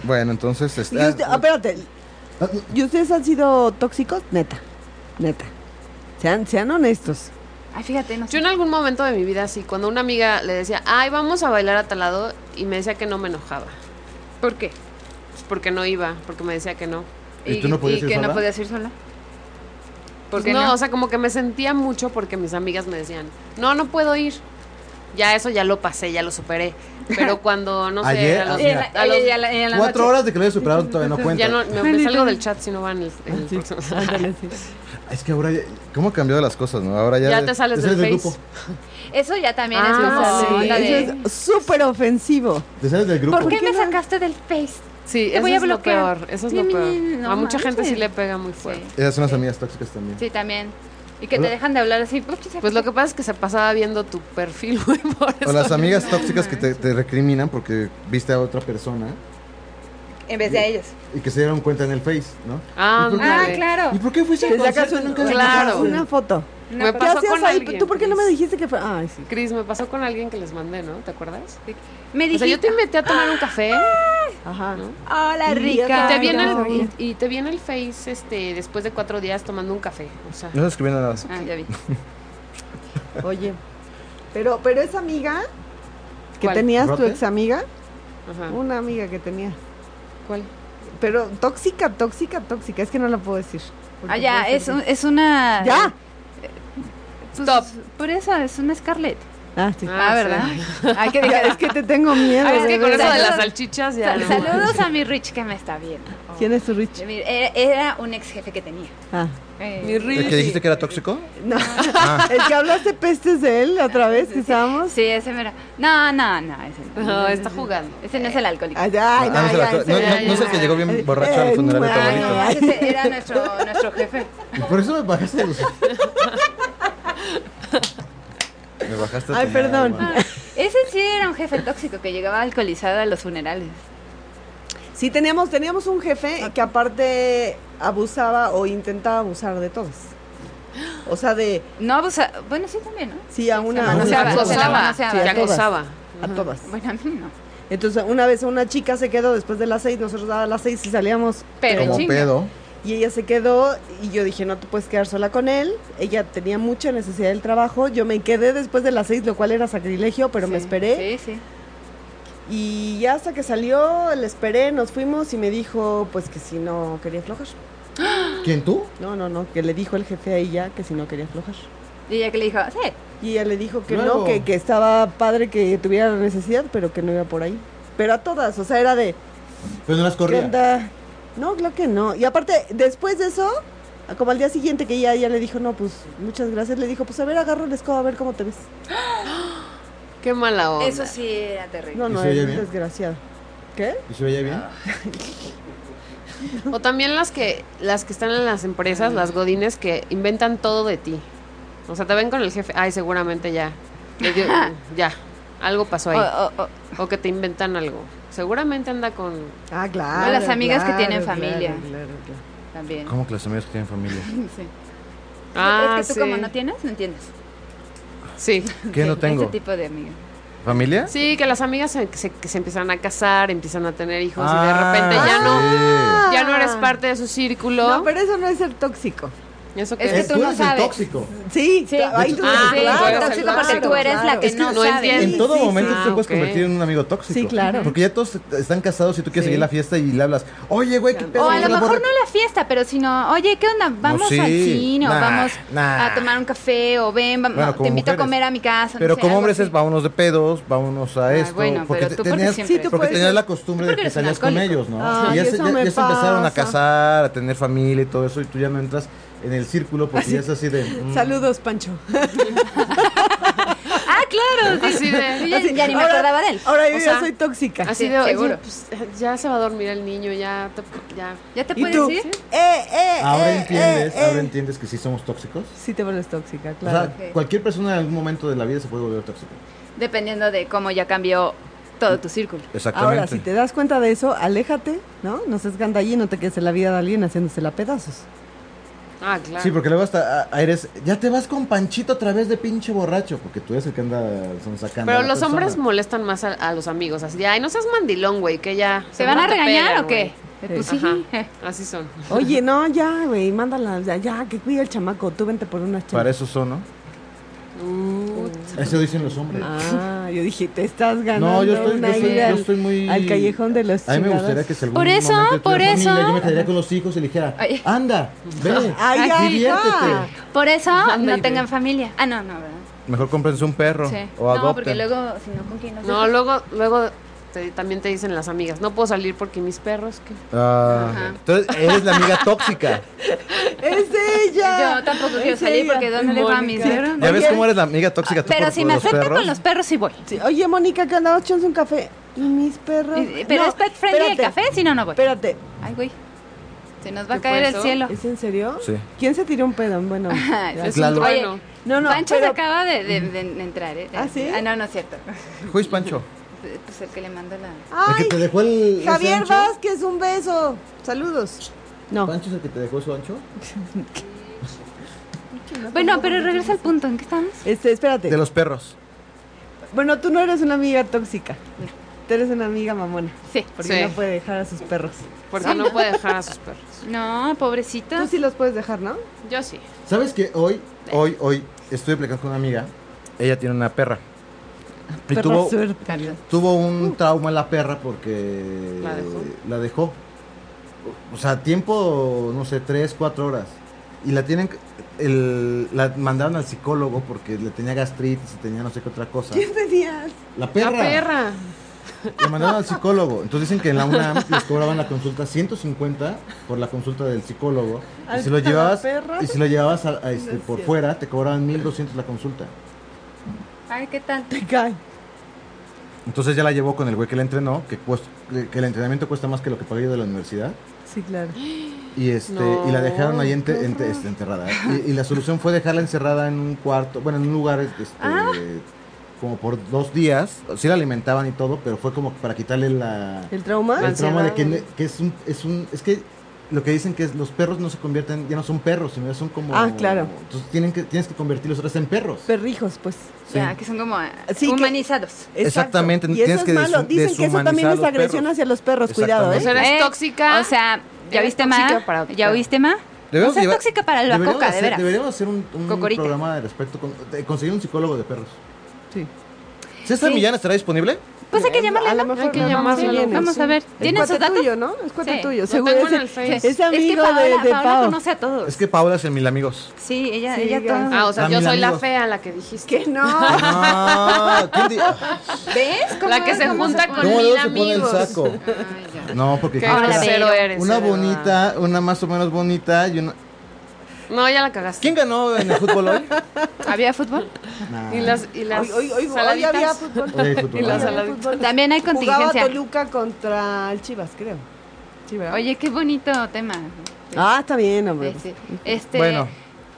Speaker 6: Bueno, entonces. Este,
Speaker 4: Y usted- ah, espérate. ¿Y ustedes han sido tóxicos? Neta. Neta. Sean, sean honestos.
Speaker 5: Ay, fíjate, no sé.
Speaker 7: Yo en algún momento de mi vida, sí, cuando una amiga le decía, ay, vamos a bailar a tal lado, y me decía que no me enojaba.
Speaker 5: ¿Por qué?
Speaker 7: Pues porque no iba, porque me decía que no.
Speaker 6: ¿Y tú no podías ir
Speaker 5: que no
Speaker 6: sola?
Speaker 5: podías ir sola? ¿Por
Speaker 7: Pues
Speaker 5: qué
Speaker 7: no,
Speaker 5: no?
Speaker 7: o sea, como que me sentía mucho porque mis amigas me decían, no, no puedo ir. Ya eso ya lo pasé, ya lo superé. Pero cuando, no sé,
Speaker 6: Ayer,
Speaker 7: a los-
Speaker 6: ah, mira.
Speaker 7: a los-
Speaker 6: Cuatro horas de que lo hayas superado todavía no cuenta.
Speaker 7: ya no, me, me salgo del chat si no van el, el próximo.
Speaker 6: Es que ahora, ya- ¿cómo han cambiado las cosas, no? Ahora ya,
Speaker 7: Ya te sales del Face.
Speaker 6: grupo.
Speaker 5: Eso ya también es
Speaker 7: Ah,
Speaker 5: como
Speaker 7: sí.
Speaker 5: onda de,
Speaker 4: Eso es súper ofensivo.
Speaker 6: Te sales del grupo.
Speaker 5: ¿Por qué
Speaker 4: ¿Por qué
Speaker 5: me
Speaker 4: no?
Speaker 5: sacaste del Face?
Speaker 7: Sí,
Speaker 5: Te
Speaker 7: eso
Speaker 5: voy a
Speaker 7: es lo
Speaker 5: bloquear.
Speaker 7: peor. Eso es lo
Speaker 5: Ni, ni,
Speaker 7: peor.
Speaker 5: ni, no
Speaker 7: a mucha gente sí
Speaker 5: manches.
Speaker 7: le pega muy fuerte.
Speaker 6: Esas son las amigas tóxicas también.
Speaker 5: Sí, también. Y que
Speaker 6: Hola.
Speaker 5: te dejan de hablar así. ah,
Speaker 7: Pues lo que pasa es que se pasaba viendo tu perfil, güey, por eso.
Speaker 6: O las amigas tóxicas que te, te recriminan porque viste a otra persona
Speaker 5: En vez de ellos.
Speaker 6: y que se dieron cuenta en el Face, ¿no?
Speaker 7: Ah,
Speaker 6: ¿Y por qué?
Speaker 5: Ah,
Speaker 7: ándale.
Speaker 5: claro.
Speaker 6: ¿Y por qué fuiste
Speaker 4: Te
Speaker 6: al
Speaker 4: sacas
Speaker 6: concierto y
Speaker 4: un-
Speaker 6: nunca me
Speaker 7: Claro.
Speaker 6: llamaste?
Speaker 4: una foto.
Speaker 7: Me
Speaker 5: No,
Speaker 4: ¿Qué
Speaker 7: pasó
Speaker 4: hacías
Speaker 7: con
Speaker 4: ahí?
Speaker 7: alguien,
Speaker 4: ¿Tú por qué no me
Speaker 7: Cris.
Speaker 4: dijiste que fue? Ay, sí.
Speaker 7: Cris, me pasó con alguien que les mandé, ¿no? ¿Te acuerdas?
Speaker 5: me
Speaker 7: O sea,
Speaker 5: dijiste,
Speaker 7: yo te invité a tomar un café
Speaker 4: Ajá.
Speaker 7: ¿no?
Speaker 5: hola, rica.
Speaker 7: y te viene
Speaker 5: No.
Speaker 7: el, y, y te viene el Face este, después de cuatro días tomando un café. O sea,
Speaker 6: No se escribiendo nada.
Speaker 5: Ah, ya vi.
Speaker 4: Oye. Pero, pero esa amiga que
Speaker 7: ¿Cuál? Ah.
Speaker 4: tenías, tu
Speaker 6: ¿Rote?
Speaker 4: ex amiga,
Speaker 7: ajá.
Speaker 4: una amiga que tenía.
Speaker 7: ¿Cuál?
Speaker 4: Pero tóxica, tóxica, tóxica. Es que no la puedo decir. porque
Speaker 5: Ah, ya,
Speaker 4: puede
Speaker 5: es,
Speaker 4: ser
Speaker 5: un-
Speaker 4: que-
Speaker 5: es una...
Speaker 4: ¡Ya!
Speaker 5: Pues,
Speaker 7: Stop.
Speaker 5: Por eso, es una Scarlett.
Speaker 4: Ah, sí.
Speaker 7: Ah,
Speaker 5: Ah, ¿verdad? Hay que
Speaker 4: Ya,
Speaker 5: dejar
Speaker 4: es que te tengo miedo.
Speaker 5: Ah, es
Speaker 4: de
Speaker 7: Es que con
Speaker 4: verdad.
Speaker 7: eso de las
Speaker 5: Saludos.
Speaker 7: salchichas ya.
Speaker 5: Sal-
Speaker 7: no.
Speaker 5: Saludos a mi Rich que me está viendo.
Speaker 4: ¿Quién es tu Rich?
Speaker 5: Mira, Era, era un ex jefe que tenía.
Speaker 4: Ah.
Speaker 5: Eh,
Speaker 7: Mi Rich.
Speaker 6: ¿El que dijiste que era tóxico? Ah.
Speaker 4: No. El que hablaste pestes de él la otra vez que estábamos.
Speaker 5: Sí, ese mero. No, no, no. Ese no,
Speaker 7: No,
Speaker 5: Ese-
Speaker 7: está jugando.
Speaker 5: Ese no es el alcohólico.
Speaker 4: Ay, ay,
Speaker 6: Ah, no,
Speaker 4: ay,
Speaker 6: se la-
Speaker 4: ay,
Speaker 6: no, no,
Speaker 4: ay,
Speaker 6: no es el
Speaker 4: ay,
Speaker 6: que
Speaker 4: ay.
Speaker 6: llegó bien borracho al
Speaker 4: Eh,
Speaker 6: funeral de tu
Speaker 5: Ay, no,
Speaker 6: abuelito.
Speaker 5: ese era nuestro, nuestro jefe.
Speaker 6: Y por eso me bajaste los... Me bajaste a
Speaker 4: Ay,
Speaker 6: tomar
Speaker 4: perdón.
Speaker 6: agua.
Speaker 5: Ese sí era un jefe tóxico que llegaba alcoholizado a los funerales.
Speaker 4: Sí, teníamos, teníamos un jefe que aparte abusaba o intentaba abusar de todos. O sea, de
Speaker 5: No abusa. Bueno, sí también, ¿no?
Speaker 4: sí a una
Speaker 7: O
Speaker 5: No se
Speaker 7: sea,
Speaker 5: abusaba,
Speaker 6: Ah,
Speaker 4: a
Speaker 5: acosaba.
Speaker 7: acosaba,
Speaker 5: no se
Speaker 7: te
Speaker 5: abusaba.
Speaker 7: acosaba.
Speaker 4: a todas.
Speaker 5: Bueno, a mí no.
Speaker 4: Entonces, una vez una chica se quedó después de las seis, nosotros a las seis y salíamos
Speaker 5: Pero
Speaker 6: Como
Speaker 5: chinga.
Speaker 6: pedo.
Speaker 4: Y ella se quedó y yo dije, no te puedes quedar sola con él. Ella tenía mucha necesidad del trabajo. Yo me quedé después de las seis, lo cual era sacrilegio, pero me
Speaker 7: Sí,
Speaker 4: esperé.
Speaker 5: Sí, sí.
Speaker 4: Y ya hasta que salió, le esperé, nos fuimos y me dijo, pues que si no quería aflojar.
Speaker 6: ¿Quién tú?
Speaker 4: No, no, no, que le dijo el jefe a ella que si no quería aflojar.
Speaker 5: Y ella que le dijo, sí.
Speaker 4: Y ella le dijo que
Speaker 6: Luego.
Speaker 4: no, que, que estaba padre que tuviera la necesidad, pero que no iba por ahí. Pero a todas, o sea, era de,
Speaker 6: Pero Pues no las
Speaker 4: ¿Qué
Speaker 6: corría.
Speaker 4: onda? No, claro que no. Y aparte, después de eso, como al día siguiente que ella ya le dijo, no, pues muchas gracias, le dijo, pues a ver, agarro el escoba, a ver cómo te ves.
Speaker 7: Qué mala onda.
Speaker 5: Eso sí era terrible.
Speaker 4: No,
Speaker 6: ¿Y
Speaker 4: no,
Speaker 6: se veía
Speaker 4: es
Speaker 6: bien?
Speaker 4: desgraciado. ¿Qué?
Speaker 6: ¿Y se veía bien?
Speaker 7: O también las que las que están en las empresas, las godines que inventan todo de ti. O sea, te ven con el jefe, ay, seguramente ya. le dio- ya, algo pasó ahí.
Speaker 5: O- o- o-
Speaker 7: O que te inventan algo. Seguramente anda con
Speaker 4: Ah, claro.
Speaker 5: O las amigas que
Speaker 4: claro,
Speaker 5: tienen
Speaker 4: claro,
Speaker 5: familia.
Speaker 4: claro, claro.
Speaker 5: también.
Speaker 6: ¿Cómo que los amigos que tienen familia?
Speaker 5: Sí.
Speaker 7: Ah,
Speaker 5: es que tú
Speaker 7: sí.
Speaker 5: como no tienes, no entiendes.
Speaker 7: Sí.
Speaker 6: ¿Qué no
Speaker 5: Sí,
Speaker 6: tengo?
Speaker 5: Ese tipo de amiga.
Speaker 6: ¿Familia?
Speaker 7: Sí, que las amigas se, que se, que se empiezan a casar, empiezan a tener hijos y de
Speaker 6: Ah,
Speaker 7: repente ya no
Speaker 6: sí.
Speaker 4: Ah.
Speaker 7: ya no eres parte de su círculo.
Speaker 4: No, pero eso no es ser tóxico.
Speaker 7: Eso
Speaker 5: Es que
Speaker 6: Eh,
Speaker 5: tú
Speaker 6: tú
Speaker 5: no
Speaker 6: eres el
Speaker 5: sabes.
Speaker 6: tóxico.
Speaker 4: Sí,
Speaker 5: Sí,
Speaker 4: cla- ahí
Speaker 6: de
Speaker 4: tú
Speaker 6: hecho,
Speaker 4: dices,
Speaker 7: ah, sí,
Speaker 4: claro,
Speaker 7: eres tóxico porque
Speaker 5: tú eres la que
Speaker 4: Es que
Speaker 5: no
Speaker 7: no
Speaker 5: sabe.
Speaker 7: entiendo.
Speaker 6: En todo
Speaker 4: Sí, sí,
Speaker 6: momento
Speaker 7: sí.
Speaker 6: tú te puedes
Speaker 7: Ah, ok.
Speaker 6: convertir en un amigo tóxico.
Speaker 4: Sí, claro.
Speaker 6: Porque ya todos están casados y tú quieres
Speaker 4: Sí.
Speaker 6: seguir la fiesta y le hablas, oye, güey, qué pedo.
Speaker 5: O a
Speaker 6: Yo
Speaker 5: lo
Speaker 6: la
Speaker 5: mejor
Speaker 6: borré".
Speaker 5: no la fiesta, pero si no, oye, ¿qué onda? Vamos
Speaker 6: sí.
Speaker 5: al cine, o
Speaker 6: Nah,
Speaker 5: vamos
Speaker 6: nah.
Speaker 5: a tomar un café, o ven, vamos,
Speaker 6: Bueno,
Speaker 5: te
Speaker 6: como
Speaker 5: invito a
Speaker 6: mujeres.
Speaker 5: comer a mi casa. no
Speaker 6: Pero
Speaker 5: sé,
Speaker 6: como
Speaker 5: algo
Speaker 6: hombres
Speaker 5: así.
Speaker 6: es vámonos de pedos, vámonos a
Speaker 5: Ay,
Speaker 6: esto.
Speaker 5: bueno,
Speaker 6: porque
Speaker 5: pero
Speaker 6: te-
Speaker 5: tú porque
Speaker 6: tenías,
Speaker 5: siempre- Sí, tú
Speaker 6: porque
Speaker 4: puedes
Speaker 6: tenías
Speaker 4: ser-
Speaker 6: la
Speaker 5: tú
Speaker 6: costumbre de
Speaker 5: porque
Speaker 6: que
Speaker 5: eres un
Speaker 6: salías con
Speaker 5: alcohólico.
Speaker 6: ellos, ¿no?
Speaker 4: Ay,
Speaker 6: y ya, se,
Speaker 4: eso
Speaker 6: ya-
Speaker 4: me
Speaker 6: ya se empezaron a
Speaker 4: pasa.
Speaker 6: casar, a tener familia y todo eso, y tú ya no entras en el círculo porque ya es así de. mm,
Speaker 4: Saludos, Pancho.
Speaker 5: Ah, claro. sí.
Speaker 7: Así de-
Speaker 5: Yo ya, ya ni me
Speaker 4: Ahora-
Speaker 5: acordaba de él.
Speaker 6: ah,
Speaker 4: Ahora yo
Speaker 7: O
Speaker 4: ya
Speaker 7: sea,
Speaker 4: soy tóxica.
Speaker 7: Así
Speaker 5: Sí,
Speaker 7: de, oye,
Speaker 5: seguro.
Speaker 7: pues, ya se va a dormir el niño, ya te- ya
Speaker 5: ¿Ya te
Speaker 4: ¿Y
Speaker 5: puedes
Speaker 4: tú?
Speaker 5: ir?
Speaker 4: Eh, eh,
Speaker 6: Ahora
Speaker 4: eh,
Speaker 6: entiendes,
Speaker 4: eh,
Speaker 6: ahora
Speaker 4: eh.
Speaker 6: entiendes que sí somos tóxicos.
Speaker 4: Sí te vuelves tóxica,
Speaker 6: O
Speaker 4: claro.
Speaker 6: sea, cualquier persona en algún momento de la vida se puede volver tóxica.
Speaker 5: Dependiendo de cómo ya cambió todo tu círculo.
Speaker 4: Ahora, si te das cuenta de eso, aléjate, ¿no? No seas gandallí, no te quedes en la vida de alguien haciéndosela a pedazos.
Speaker 7: Ah, claro.
Speaker 6: Sí, porque luego hasta ah, eres, ya te vas con Panchito otra vez de pinche borracho, porque tú eres el que anda son sacando.
Speaker 7: Pero los hombres molestan más a, a los amigos, así de, ay, no seas mandilón, güey, que ya...
Speaker 5: ¿Se van a
Speaker 7: seguro te
Speaker 5: regañar
Speaker 7: pegan,
Speaker 5: o qué?
Speaker 4: güey.
Speaker 5: Pues
Speaker 7: güey".
Speaker 5: sí.
Speaker 7: Ajá, así son.
Speaker 4: Oye, no, ya, güey, mándala, ya, ya, que cuida el chamaco, tú vente por unas
Speaker 6: Para
Speaker 4: chamas.
Speaker 6: eso son, ¿no? Eso dicen los hombres.
Speaker 4: Ah, yo dije, te estás ganando
Speaker 6: no, yo estoy, yo
Speaker 4: una
Speaker 6: estoy,
Speaker 4: ida
Speaker 6: yo
Speaker 4: al-
Speaker 6: estoy muy.
Speaker 4: al callejón de los
Speaker 6: A mí me
Speaker 4: chingados.
Speaker 6: gustaría que si algún
Speaker 5: Por eso,
Speaker 6: momento yo tuviera
Speaker 5: por eso.
Speaker 6: familia, yo me quedaría con los hijos y le dijera,
Speaker 5: Ay.
Speaker 6: anda, ve,
Speaker 4: Ay, ay,
Speaker 6: diviértete.
Speaker 4: ay.
Speaker 5: Por eso
Speaker 7: Anda y
Speaker 5: no
Speaker 7: ve.
Speaker 5: tengan familia. Ah, no, no, ¿verdad?
Speaker 6: Mejor cómprense un perro
Speaker 5: Sí.
Speaker 6: o adopten.
Speaker 5: No, porque luego, si no, ¿con quién nos
Speaker 7: No, luego, luego te- también te dicen las amigas, no puedo salir porque mis perros, que
Speaker 6: Ah,
Speaker 7: Ajá.
Speaker 6: entonces eres la amiga tóxica.
Speaker 4: ¡Es ella!
Speaker 5: Yo tampoco
Speaker 4: Es
Speaker 5: quiero salir
Speaker 4: ella.
Speaker 5: porque ¿dónde dejo a mis
Speaker 4: Mónica.
Speaker 5: perros?
Speaker 6: ¿Ya ves
Speaker 4: Oye,
Speaker 6: cómo eres la amiga tóxica? tú
Speaker 5: Pero
Speaker 6: por-
Speaker 5: si
Speaker 6: por
Speaker 5: me
Speaker 6: los
Speaker 5: afecta
Speaker 6: perros?
Speaker 5: con los perros, sí voy.
Speaker 4: sí, Oye, Mónica, ¿qué andaba echándose un café? ¿Y mis perros?
Speaker 5: Y- Pero
Speaker 4: No,
Speaker 5: es pet friendly el
Speaker 4: espérate,
Speaker 5: café, si no, no voy.
Speaker 4: Espérate,
Speaker 5: Ay, güey. Se nos va a
Speaker 7: ¿Qué
Speaker 5: caer
Speaker 7: fue
Speaker 5: el
Speaker 7: eso?
Speaker 5: cielo.
Speaker 4: ¿es en serio?
Speaker 6: Sí.
Speaker 4: ¿Quién se tiró un pedo? Bueno,
Speaker 5: Ajá,
Speaker 4: ya.
Speaker 7: es
Speaker 6: Claro.
Speaker 7: un trueno.
Speaker 4: no, no,
Speaker 5: Pancho se
Speaker 4: pero-
Speaker 5: acaba de, de- de entrar, ¿eh?
Speaker 4: ¿Ah, sí?
Speaker 5: Ah, no, no es cierto.
Speaker 6: Juiz Pancho.
Speaker 5: Pues el que le mandó la...
Speaker 4: ¡Ay!
Speaker 11: El que te dejó el. ese
Speaker 4: Javier
Speaker 11: ancho.
Speaker 4: Vázquez, un beso. Saludos. No.
Speaker 11: ¿Pancho es el que te dejó su ancho?
Speaker 5: Bueno, pero regresa al punto. ¿En qué estamos?
Speaker 4: Este, espérate.
Speaker 6: De los perros.
Speaker 4: Bueno, tú no eres una amiga tóxica. Tú eres una amiga mamona.
Speaker 5: Sí.
Speaker 4: Porque
Speaker 7: Sí.
Speaker 4: no puede dejar a sus perros.
Speaker 7: Porque no puede dejar a sus perros.
Speaker 5: No, pobrecita.
Speaker 4: Tú sí los puedes dejar, ¿no?
Speaker 7: Yo sí.
Speaker 6: ¿Sabes que hoy, hoy, hoy estoy platicando con una amiga? Ella tiene una perra. Y
Speaker 4: Perra
Speaker 6: tuvo,
Speaker 4: suerte.
Speaker 6: tuvo un trauma la perra porque
Speaker 7: ¿La dejó?
Speaker 6: la dejó. O sea, tiempo, no sé, tres, cuatro horas. Y la tienen, el- la mandaron al psicólogo porque le tenía gastritis y tenía no sé qué otra cosa.
Speaker 4: ¿Quién tenías?
Speaker 6: La perra.
Speaker 7: La perra.
Speaker 6: La mandaron al psicólogo. Entonces dicen que en la UNAM les cobraban la consulta 150 por la consulta del psicólogo. Y
Speaker 4: ¿Alta
Speaker 6: si lo
Speaker 4: la
Speaker 6: llevabas,
Speaker 4: perra?
Speaker 6: y si lo llevabas a- a este,
Speaker 4: No es
Speaker 6: por
Speaker 4: cierto.
Speaker 6: fuera, te cobraban 1200 la consulta.
Speaker 5: Ay, ¿qué tal?
Speaker 4: Te cae.
Speaker 6: Entonces ya la llevó con el güey que la entrenó, que, cuest- que el entrenamiento cuesta más que lo que pagué yo de la universidad.
Speaker 4: Sí, claro.
Speaker 6: Y, este, y la dejaron ahí ente- ente- este, enterrada. Y, y la solución fue dejarla encerrada en un cuarto, bueno, en un lugar este,
Speaker 4: Ah.
Speaker 6: como por dos días. Sí la alimentaban y todo, pero fue como para quitarle la,
Speaker 4: ¿El trauma?
Speaker 6: el trauma de que,
Speaker 7: ansiedad.
Speaker 6: que es un es un es que lo que dicen que es los perros no se convierten ya no son perros sino ya son como
Speaker 4: Ah, claro.
Speaker 6: entonces tienen que tienes que convertirlos otra vez en perros
Speaker 4: Perrijos, pues.
Speaker 5: Ya, que son como eh,
Speaker 4: Sí, que-
Speaker 5: humanizados.
Speaker 4: Exacto.
Speaker 6: Exactamente,
Speaker 4: Y eso
Speaker 6: tienes
Speaker 4: es
Speaker 6: que
Speaker 4: malo.
Speaker 6: desu-
Speaker 4: Dicen que eso también
Speaker 6: deshumanizar
Speaker 4: es
Speaker 6: los
Speaker 4: agresión
Speaker 6: perros.
Speaker 4: hacia los perros. Cuidado,
Speaker 7: O sea,
Speaker 4: ¿eh?
Speaker 7: eres
Speaker 5: Eh,
Speaker 7: tóxica.
Speaker 5: O sea, ¿ya
Speaker 7: Eres
Speaker 5: viste
Speaker 7: tóxica
Speaker 5: más?
Speaker 7: para tu
Speaker 5: ¿Ya
Speaker 7: perro.
Speaker 5: viste más? No
Speaker 6: Deberíamos
Speaker 5: seas
Speaker 6: llevar-
Speaker 5: tóxica para la
Speaker 6: deberíamos
Speaker 5: coca, de
Speaker 6: hacer-
Speaker 5: veras.
Speaker 6: deberíamos hacer un, un
Speaker 5: Cocorita.
Speaker 6: programa de respecto con, de conseguir un psicólogo de perros
Speaker 4: Sí.
Speaker 6: César
Speaker 5: Sí.
Speaker 6: Millán estará disponible
Speaker 5: Pues hay que llamarle.
Speaker 4: A lo
Speaker 5: ¿no?
Speaker 4: mejor
Speaker 7: Hay que
Speaker 4: no,
Speaker 7: llamar,
Speaker 4: sí
Speaker 7: ¿no?
Speaker 4: viene,
Speaker 5: Vamos
Speaker 4: sí.
Speaker 5: a ver.
Speaker 4: Es
Speaker 5: ¿Tienen
Speaker 4: cuate
Speaker 5: sus datos?
Speaker 4: tuyo, ¿no? Es cuate
Speaker 5: Sí.
Speaker 4: tuyo.
Speaker 5: Lo
Speaker 4: Seguro
Speaker 7: tengo en
Speaker 4: es-
Speaker 7: el Face.
Speaker 4: es amigo
Speaker 5: es que Paola,
Speaker 4: de, de
Speaker 5: Paola
Speaker 4: Pau.
Speaker 5: conoce a todos.
Speaker 6: es que Paola es el mil amigos
Speaker 5: Sí, ella,
Speaker 4: Sí,
Speaker 5: ella
Speaker 4: ya.
Speaker 5: todos.
Speaker 7: Ah, o sea,
Speaker 6: Ah,
Speaker 7: yo
Speaker 6: mil
Speaker 7: soy la
Speaker 6: amigos.
Speaker 7: fea, la que dijiste.
Speaker 4: Que no.
Speaker 6: no, Ah, ¿quién di-
Speaker 5: ¿Ves? ¿Cómo-
Speaker 7: La que se
Speaker 5: cómo
Speaker 7: junta con
Speaker 5: pone?
Speaker 6: ¿Cómo
Speaker 7: mil
Speaker 6: luego se pone el
Speaker 7: amigos.
Speaker 6: saco?
Speaker 5: Ay, ya.
Speaker 6: No, porque
Speaker 7: Qué
Speaker 5: Ahora la
Speaker 7: grosero
Speaker 5: veo.
Speaker 7: eres.
Speaker 6: una
Speaker 7: de verdad.
Speaker 6: bonita, una más o menos bonita y una...
Speaker 7: No, ya la cagaste.
Speaker 6: ¿Quién ganó en el fútbol hoy?
Speaker 5: ¿Había fútbol?
Speaker 6: Nah.
Speaker 7: Y las, y las
Speaker 4: Hoy, hoy, hoy, hoy
Speaker 7: saladitas.
Speaker 4: había fútbol.
Speaker 6: Hoy hay fútbol.
Speaker 7: Y las
Speaker 4: Hoy
Speaker 6: Ah.
Speaker 4: había
Speaker 7: saladitas.
Speaker 4: fútbol.
Speaker 5: También hay
Speaker 4: Jugaba
Speaker 5: contingencia.
Speaker 4: Toluca contra el Chivas, creo. Sí, ¿verdad?
Speaker 5: Oye, qué bonito tema.
Speaker 4: Ah, está bien, hombre.
Speaker 5: Este, este,
Speaker 6: Bueno,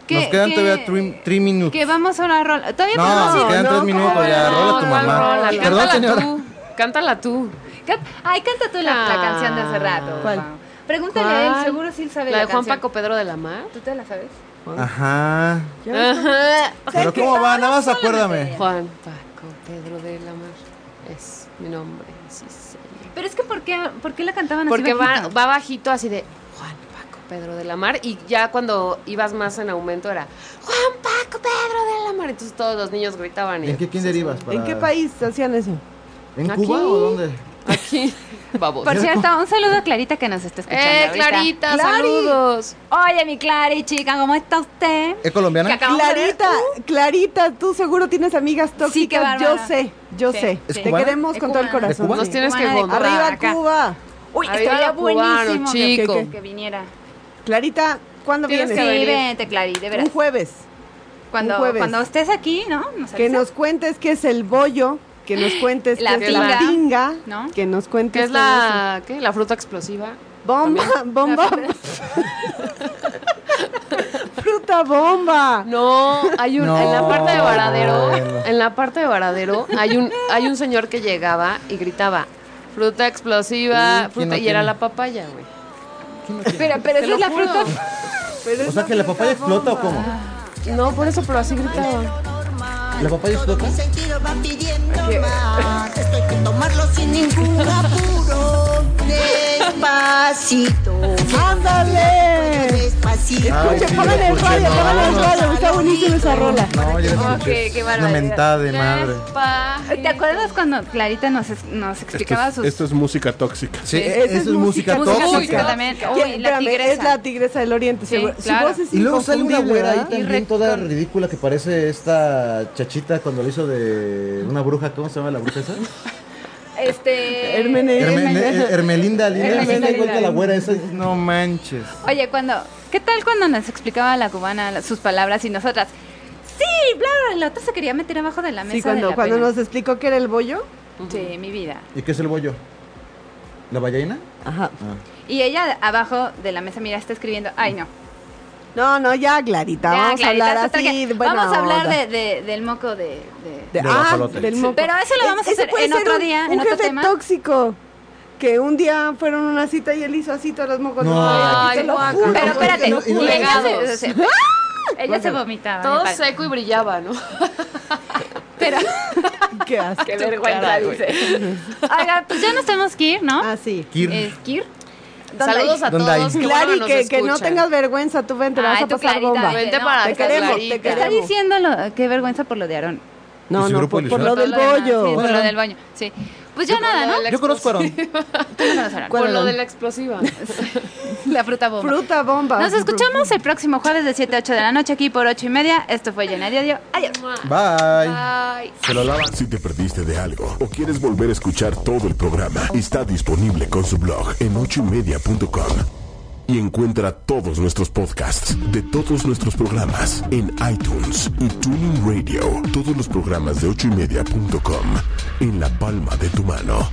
Speaker 5: ¿qué-
Speaker 6: nos quedan
Speaker 5: qué-
Speaker 6: todavía three, three minutos.
Speaker 5: Que vamos a una rola. Todavía
Speaker 6: No,
Speaker 5: podemos
Speaker 6: nos
Speaker 5: ir?
Speaker 6: quedan
Speaker 4: no,
Speaker 6: tres
Speaker 4: ¿cómo
Speaker 6: minutos ya.
Speaker 4: no?
Speaker 6: Rola tu
Speaker 7: ¿Cuál
Speaker 6: mamá.
Speaker 7: rola?
Speaker 6: Perdón,
Speaker 7: Cántala
Speaker 6: señora.
Speaker 7: tú. Cántala tú.
Speaker 5: Can- Ay, canta tú la, la canción de hace rato.
Speaker 4: ¿Cuál?
Speaker 5: Pau. Pregúntale a él,
Speaker 7: ¿Cuál?
Speaker 5: seguro sí él sabe
Speaker 7: La
Speaker 5: la,
Speaker 7: de Juan
Speaker 5: canción.
Speaker 7: Paco Pedro de la Mar.
Speaker 5: ¿Tú te la sabes?
Speaker 6: Ajá.
Speaker 7: Ajá.
Speaker 6: Pero ¿cómo va? Nada más acuérdame.
Speaker 7: Juan Paco Pedro de la Mar. Es mi nombre. sí, señor.
Speaker 5: Pero es que ¿por qué, por qué la cantaban así?
Speaker 7: Porque va,
Speaker 5: bajito?
Speaker 7: va bajito así de Juan Paco Pedro de la Mar. Y ya cuando ibas más en aumento era Juan Paco Pedro de la Mar. Entonces todos los niños gritaban. y- pues,
Speaker 6: ¿En qué quién derivas? para-
Speaker 4: ¿En qué país hacían eso?
Speaker 6: ¿En
Speaker 7: Aquí.
Speaker 6: Cuba o dónde?
Speaker 7: Aquí. Vamos.
Speaker 5: Por cierto, un saludo a Clarita que nos está escuchando.
Speaker 7: Eh,
Speaker 5: ahorita.
Speaker 7: Clarita,
Speaker 4: Clari.
Speaker 7: saludos.
Speaker 5: Oye, mi Clary, chica, ¿cómo está usted?
Speaker 6: ¿Es colombiana?
Speaker 5: Cacao. Vamos a ver,
Speaker 4: Clarita, Clarita, ¿eh? tú seguro tienes amigas tóxicas.
Speaker 5: qué bárbara.
Speaker 4: yo sé, yo
Speaker 5: Sí,
Speaker 4: sé.
Speaker 5: sí.
Speaker 6: ¿Es
Speaker 4: Te
Speaker 6: cubana?
Speaker 4: queremos con todo el
Speaker 5: Cubana.
Speaker 4: corazón.
Speaker 6: ¿De Cuba?
Speaker 4: sí.
Speaker 7: Nos tienes que
Speaker 5: Cubana de
Speaker 7: encontrar.
Speaker 5: Arriba,
Speaker 4: Arriba
Speaker 5: acá.
Speaker 4: Cuba.
Speaker 5: Uy,
Speaker 7: Arriba
Speaker 5: estaría
Speaker 7: cubano,
Speaker 5: buenísimo que-
Speaker 7: chico.
Speaker 5: Que, que viniera.
Speaker 4: Clarita, ¿cuándo
Speaker 7: Tienes
Speaker 4: vienes?
Speaker 5: Sí,
Speaker 7: venir.
Speaker 5: vente, Clary, de veras.
Speaker 4: Un jueves.
Speaker 5: Cuando,
Speaker 4: jueves.
Speaker 5: cuando estés aquí, ¿no? Nos
Speaker 4: Que
Speaker 5: avisas.
Speaker 4: nos cuentes qué es el bollo, que nos cuentes
Speaker 5: La
Speaker 4: qué es la tinga,
Speaker 7: tinga,
Speaker 5: ¿no?
Speaker 4: que nos cuentes
Speaker 7: ¿Qué es
Speaker 4: todo
Speaker 7: la, ¿qué? la fruta explosiva?
Speaker 4: eso. bomba, bomba, fruta bomba.
Speaker 7: No, hay un
Speaker 6: No,
Speaker 7: en la parte de Varadero,
Speaker 6: bueno.
Speaker 7: en la parte de Varadero hay un hay un señor que llegaba y gritaba fruta explosiva,
Speaker 6: Uy, ¿quién
Speaker 7: fruta
Speaker 6: no
Speaker 7: y era
Speaker 6: tiene?
Speaker 7: la papaya, güey.
Speaker 5: Pero, pero
Speaker 7: Te
Speaker 5: esa
Speaker 7: lo
Speaker 5: es la
Speaker 7: juro.
Speaker 5: fruta.
Speaker 4: Pero
Speaker 6: O
Speaker 4: es
Speaker 6: sea, que la papaya explota o cómo?
Speaker 7: No, por eso, pero así gritaba.
Speaker 6: ¿La papaya explota?
Speaker 3: sentido va pidiendo más. Estoy que tomarlo sin ningún apuro. De
Speaker 12: despacito.
Speaker 4: ¡Ándale!
Speaker 12: Despacito.
Speaker 4: Escuchen, pongan el radio, pongan el radio, está buenísima esa rola.
Speaker 13: No, ya la
Speaker 5: Ok,
Speaker 13: escuché.
Speaker 5: qué
Speaker 13: Una
Speaker 5: barbaridad.
Speaker 13: mentada de madre.
Speaker 5: ¿Te acuerdas cuando Clarita nos, nos
Speaker 9: Esto
Speaker 5: explicaba
Speaker 9: es,
Speaker 5: sus...
Speaker 9: esto es música tóxica.
Speaker 13: Sí,
Speaker 6: e-
Speaker 13: eso es música
Speaker 5: tóxica
Speaker 13: tóxica.
Speaker 5: también.
Speaker 4: ¿Quién?
Speaker 5: Uy, la
Speaker 4: Espérame,
Speaker 5: tigresa.
Speaker 4: Es la tigresa del oriente.
Speaker 5: Sí,
Speaker 4: seguro. Su
Speaker 5: claro.
Speaker 4: voz es
Speaker 13: Y luego sale una
Speaker 4: inconfundible,
Speaker 13: güera ahí
Speaker 4: ¿verdad?
Speaker 13: también
Speaker 14: toda ridícula que parece esta chachita cuando lo hizo de una bruja. ¿Cómo se llama la bruja esa?
Speaker 5: Este...
Speaker 4: Hermene-
Speaker 9: eh,
Speaker 13: Hermene- Hermelinda Linda.
Speaker 5: Hermelinda
Speaker 13: Está igual que
Speaker 5: Linda.
Speaker 13: la güera esa. No manches.
Speaker 9: eh.
Speaker 5: Oye, cuando... ¿Qué tal cuando nos explicaba la cubana la- sus palabras y nosotras? Sí, bla, bla, la otra se quería meter abajo de la mesa
Speaker 4: Sí,
Speaker 5: de
Speaker 4: cuando,
Speaker 5: la
Speaker 4: cuando
Speaker 5: pena.
Speaker 4: nos explicó que era el bollo.
Speaker 5: Sí, mi vida.
Speaker 13: ¿Y qué es el bollo? ¿La ballena?
Speaker 4: Ajá.
Speaker 5: Y ella abajo de la mesa, mira, está escribiendo. Ay, no.
Speaker 4: No, no, ya, Clarita,
Speaker 5: Ya,
Speaker 4: vamos
Speaker 5: Clarita,
Speaker 4: a hablar
Speaker 5: total que-
Speaker 4: así. de buena
Speaker 5: vamos a hablar
Speaker 4: onda.
Speaker 5: de, de- del moco de... de-
Speaker 4: De-
Speaker 13: Del
Speaker 4: ah,
Speaker 13: ajolote.
Speaker 4: del moco.
Speaker 5: Pero eso lo
Speaker 4: Es-
Speaker 5: vamos a
Speaker 4: Eh, ese
Speaker 5: hacer
Speaker 4: puede
Speaker 5: en
Speaker 4: ser
Speaker 5: otro
Speaker 4: un-
Speaker 5: día,
Speaker 4: Un
Speaker 5: en otro
Speaker 4: jefe
Speaker 5: tema.
Speaker 4: tóxico. Que un día fueron a una cita y él hizo así todos los mocos.
Speaker 13: No.
Speaker 4: Ay, te
Speaker 7: Ay,
Speaker 4: lo
Speaker 7: guácala.
Speaker 4: juro.
Speaker 5: Pero espérate,
Speaker 7: no- y no-
Speaker 5: y ella se-
Speaker 7: legados.
Speaker 5: o sea, ella se vomitaba.
Speaker 7: Todo
Speaker 5: mi padre.
Speaker 7: seco y brillaba, ¿no?
Speaker 5: Pero,
Speaker 4: Qué asco.
Speaker 7: Qué vergüenza, dice.
Speaker 5: oiga, pues ya nos tenemos que ir, ¿no?
Speaker 4: Ah, sí.
Speaker 13: Kir.
Speaker 5: Es que ir.
Speaker 7: Saludos a
Speaker 13: ¿Dónde
Speaker 7: todos.
Speaker 13: hay?
Speaker 7: qué
Speaker 4: Clari,
Speaker 7: bueno
Speaker 4: que,
Speaker 7: nos
Speaker 4: que no
Speaker 7: escuchan.
Speaker 4: tengas vergüenza, tú ven, te la vas
Speaker 5: Ay,
Speaker 4: a
Speaker 5: tú,
Speaker 4: pasar
Speaker 5: Clarita,
Speaker 4: bomba.
Speaker 5: que
Speaker 7: Vente
Speaker 5: no,
Speaker 7: para
Speaker 5: te
Speaker 7: acá,
Speaker 5: queremos,
Speaker 7: Clarita.
Speaker 5: te Está
Speaker 4: queremos.
Speaker 5: diciendo lo- qué vergüenza por lo de Aarón.
Speaker 13: ¿Y
Speaker 4: No,
Speaker 13: su
Speaker 4: no,
Speaker 13: grupo
Speaker 4: por, por lo
Speaker 13: ilusionado?
Speaker 4: del
Speaker 5: Por lo demás, sí,
Speaker 4: bollo.
Speaker 5: por
Speaker 13: Bueno.
Speaker 5: lo del bollo, sí. Pues ya nada, ¿no?
Speaker 13: Yo conozco a Aarón.
Speaker 5: Tú no conoces a Aarón.
Speaker 7: Por
Speaker 4: ¿Cuál
Speaker 7: lo
Speaker 4: era?
Speaker 7: de la explosiva.
Speaker 5: La fruta bomba.
Speaker 4: Fruta bomba.
Speaker 5: Nos escuchamos el próximo jueves de 7 a 8 de la noche aquí por 8 y media. Esto fue Llena Diario. Adiós.
Speaker 13: Bye.
Speaker 7: Bye.
Speaker 13: Se lo lava.
Speaker 1: Si te perdiste de algo o quieres volver a escuchar todo el programa, está disponible con su blog en ochoymedia.com. Y encuentra todos nuestros podcasts de todos nuestros programas en iTunes y Tuning Radio. Todos los programas de ochoymedia.com en la palma de tu mano.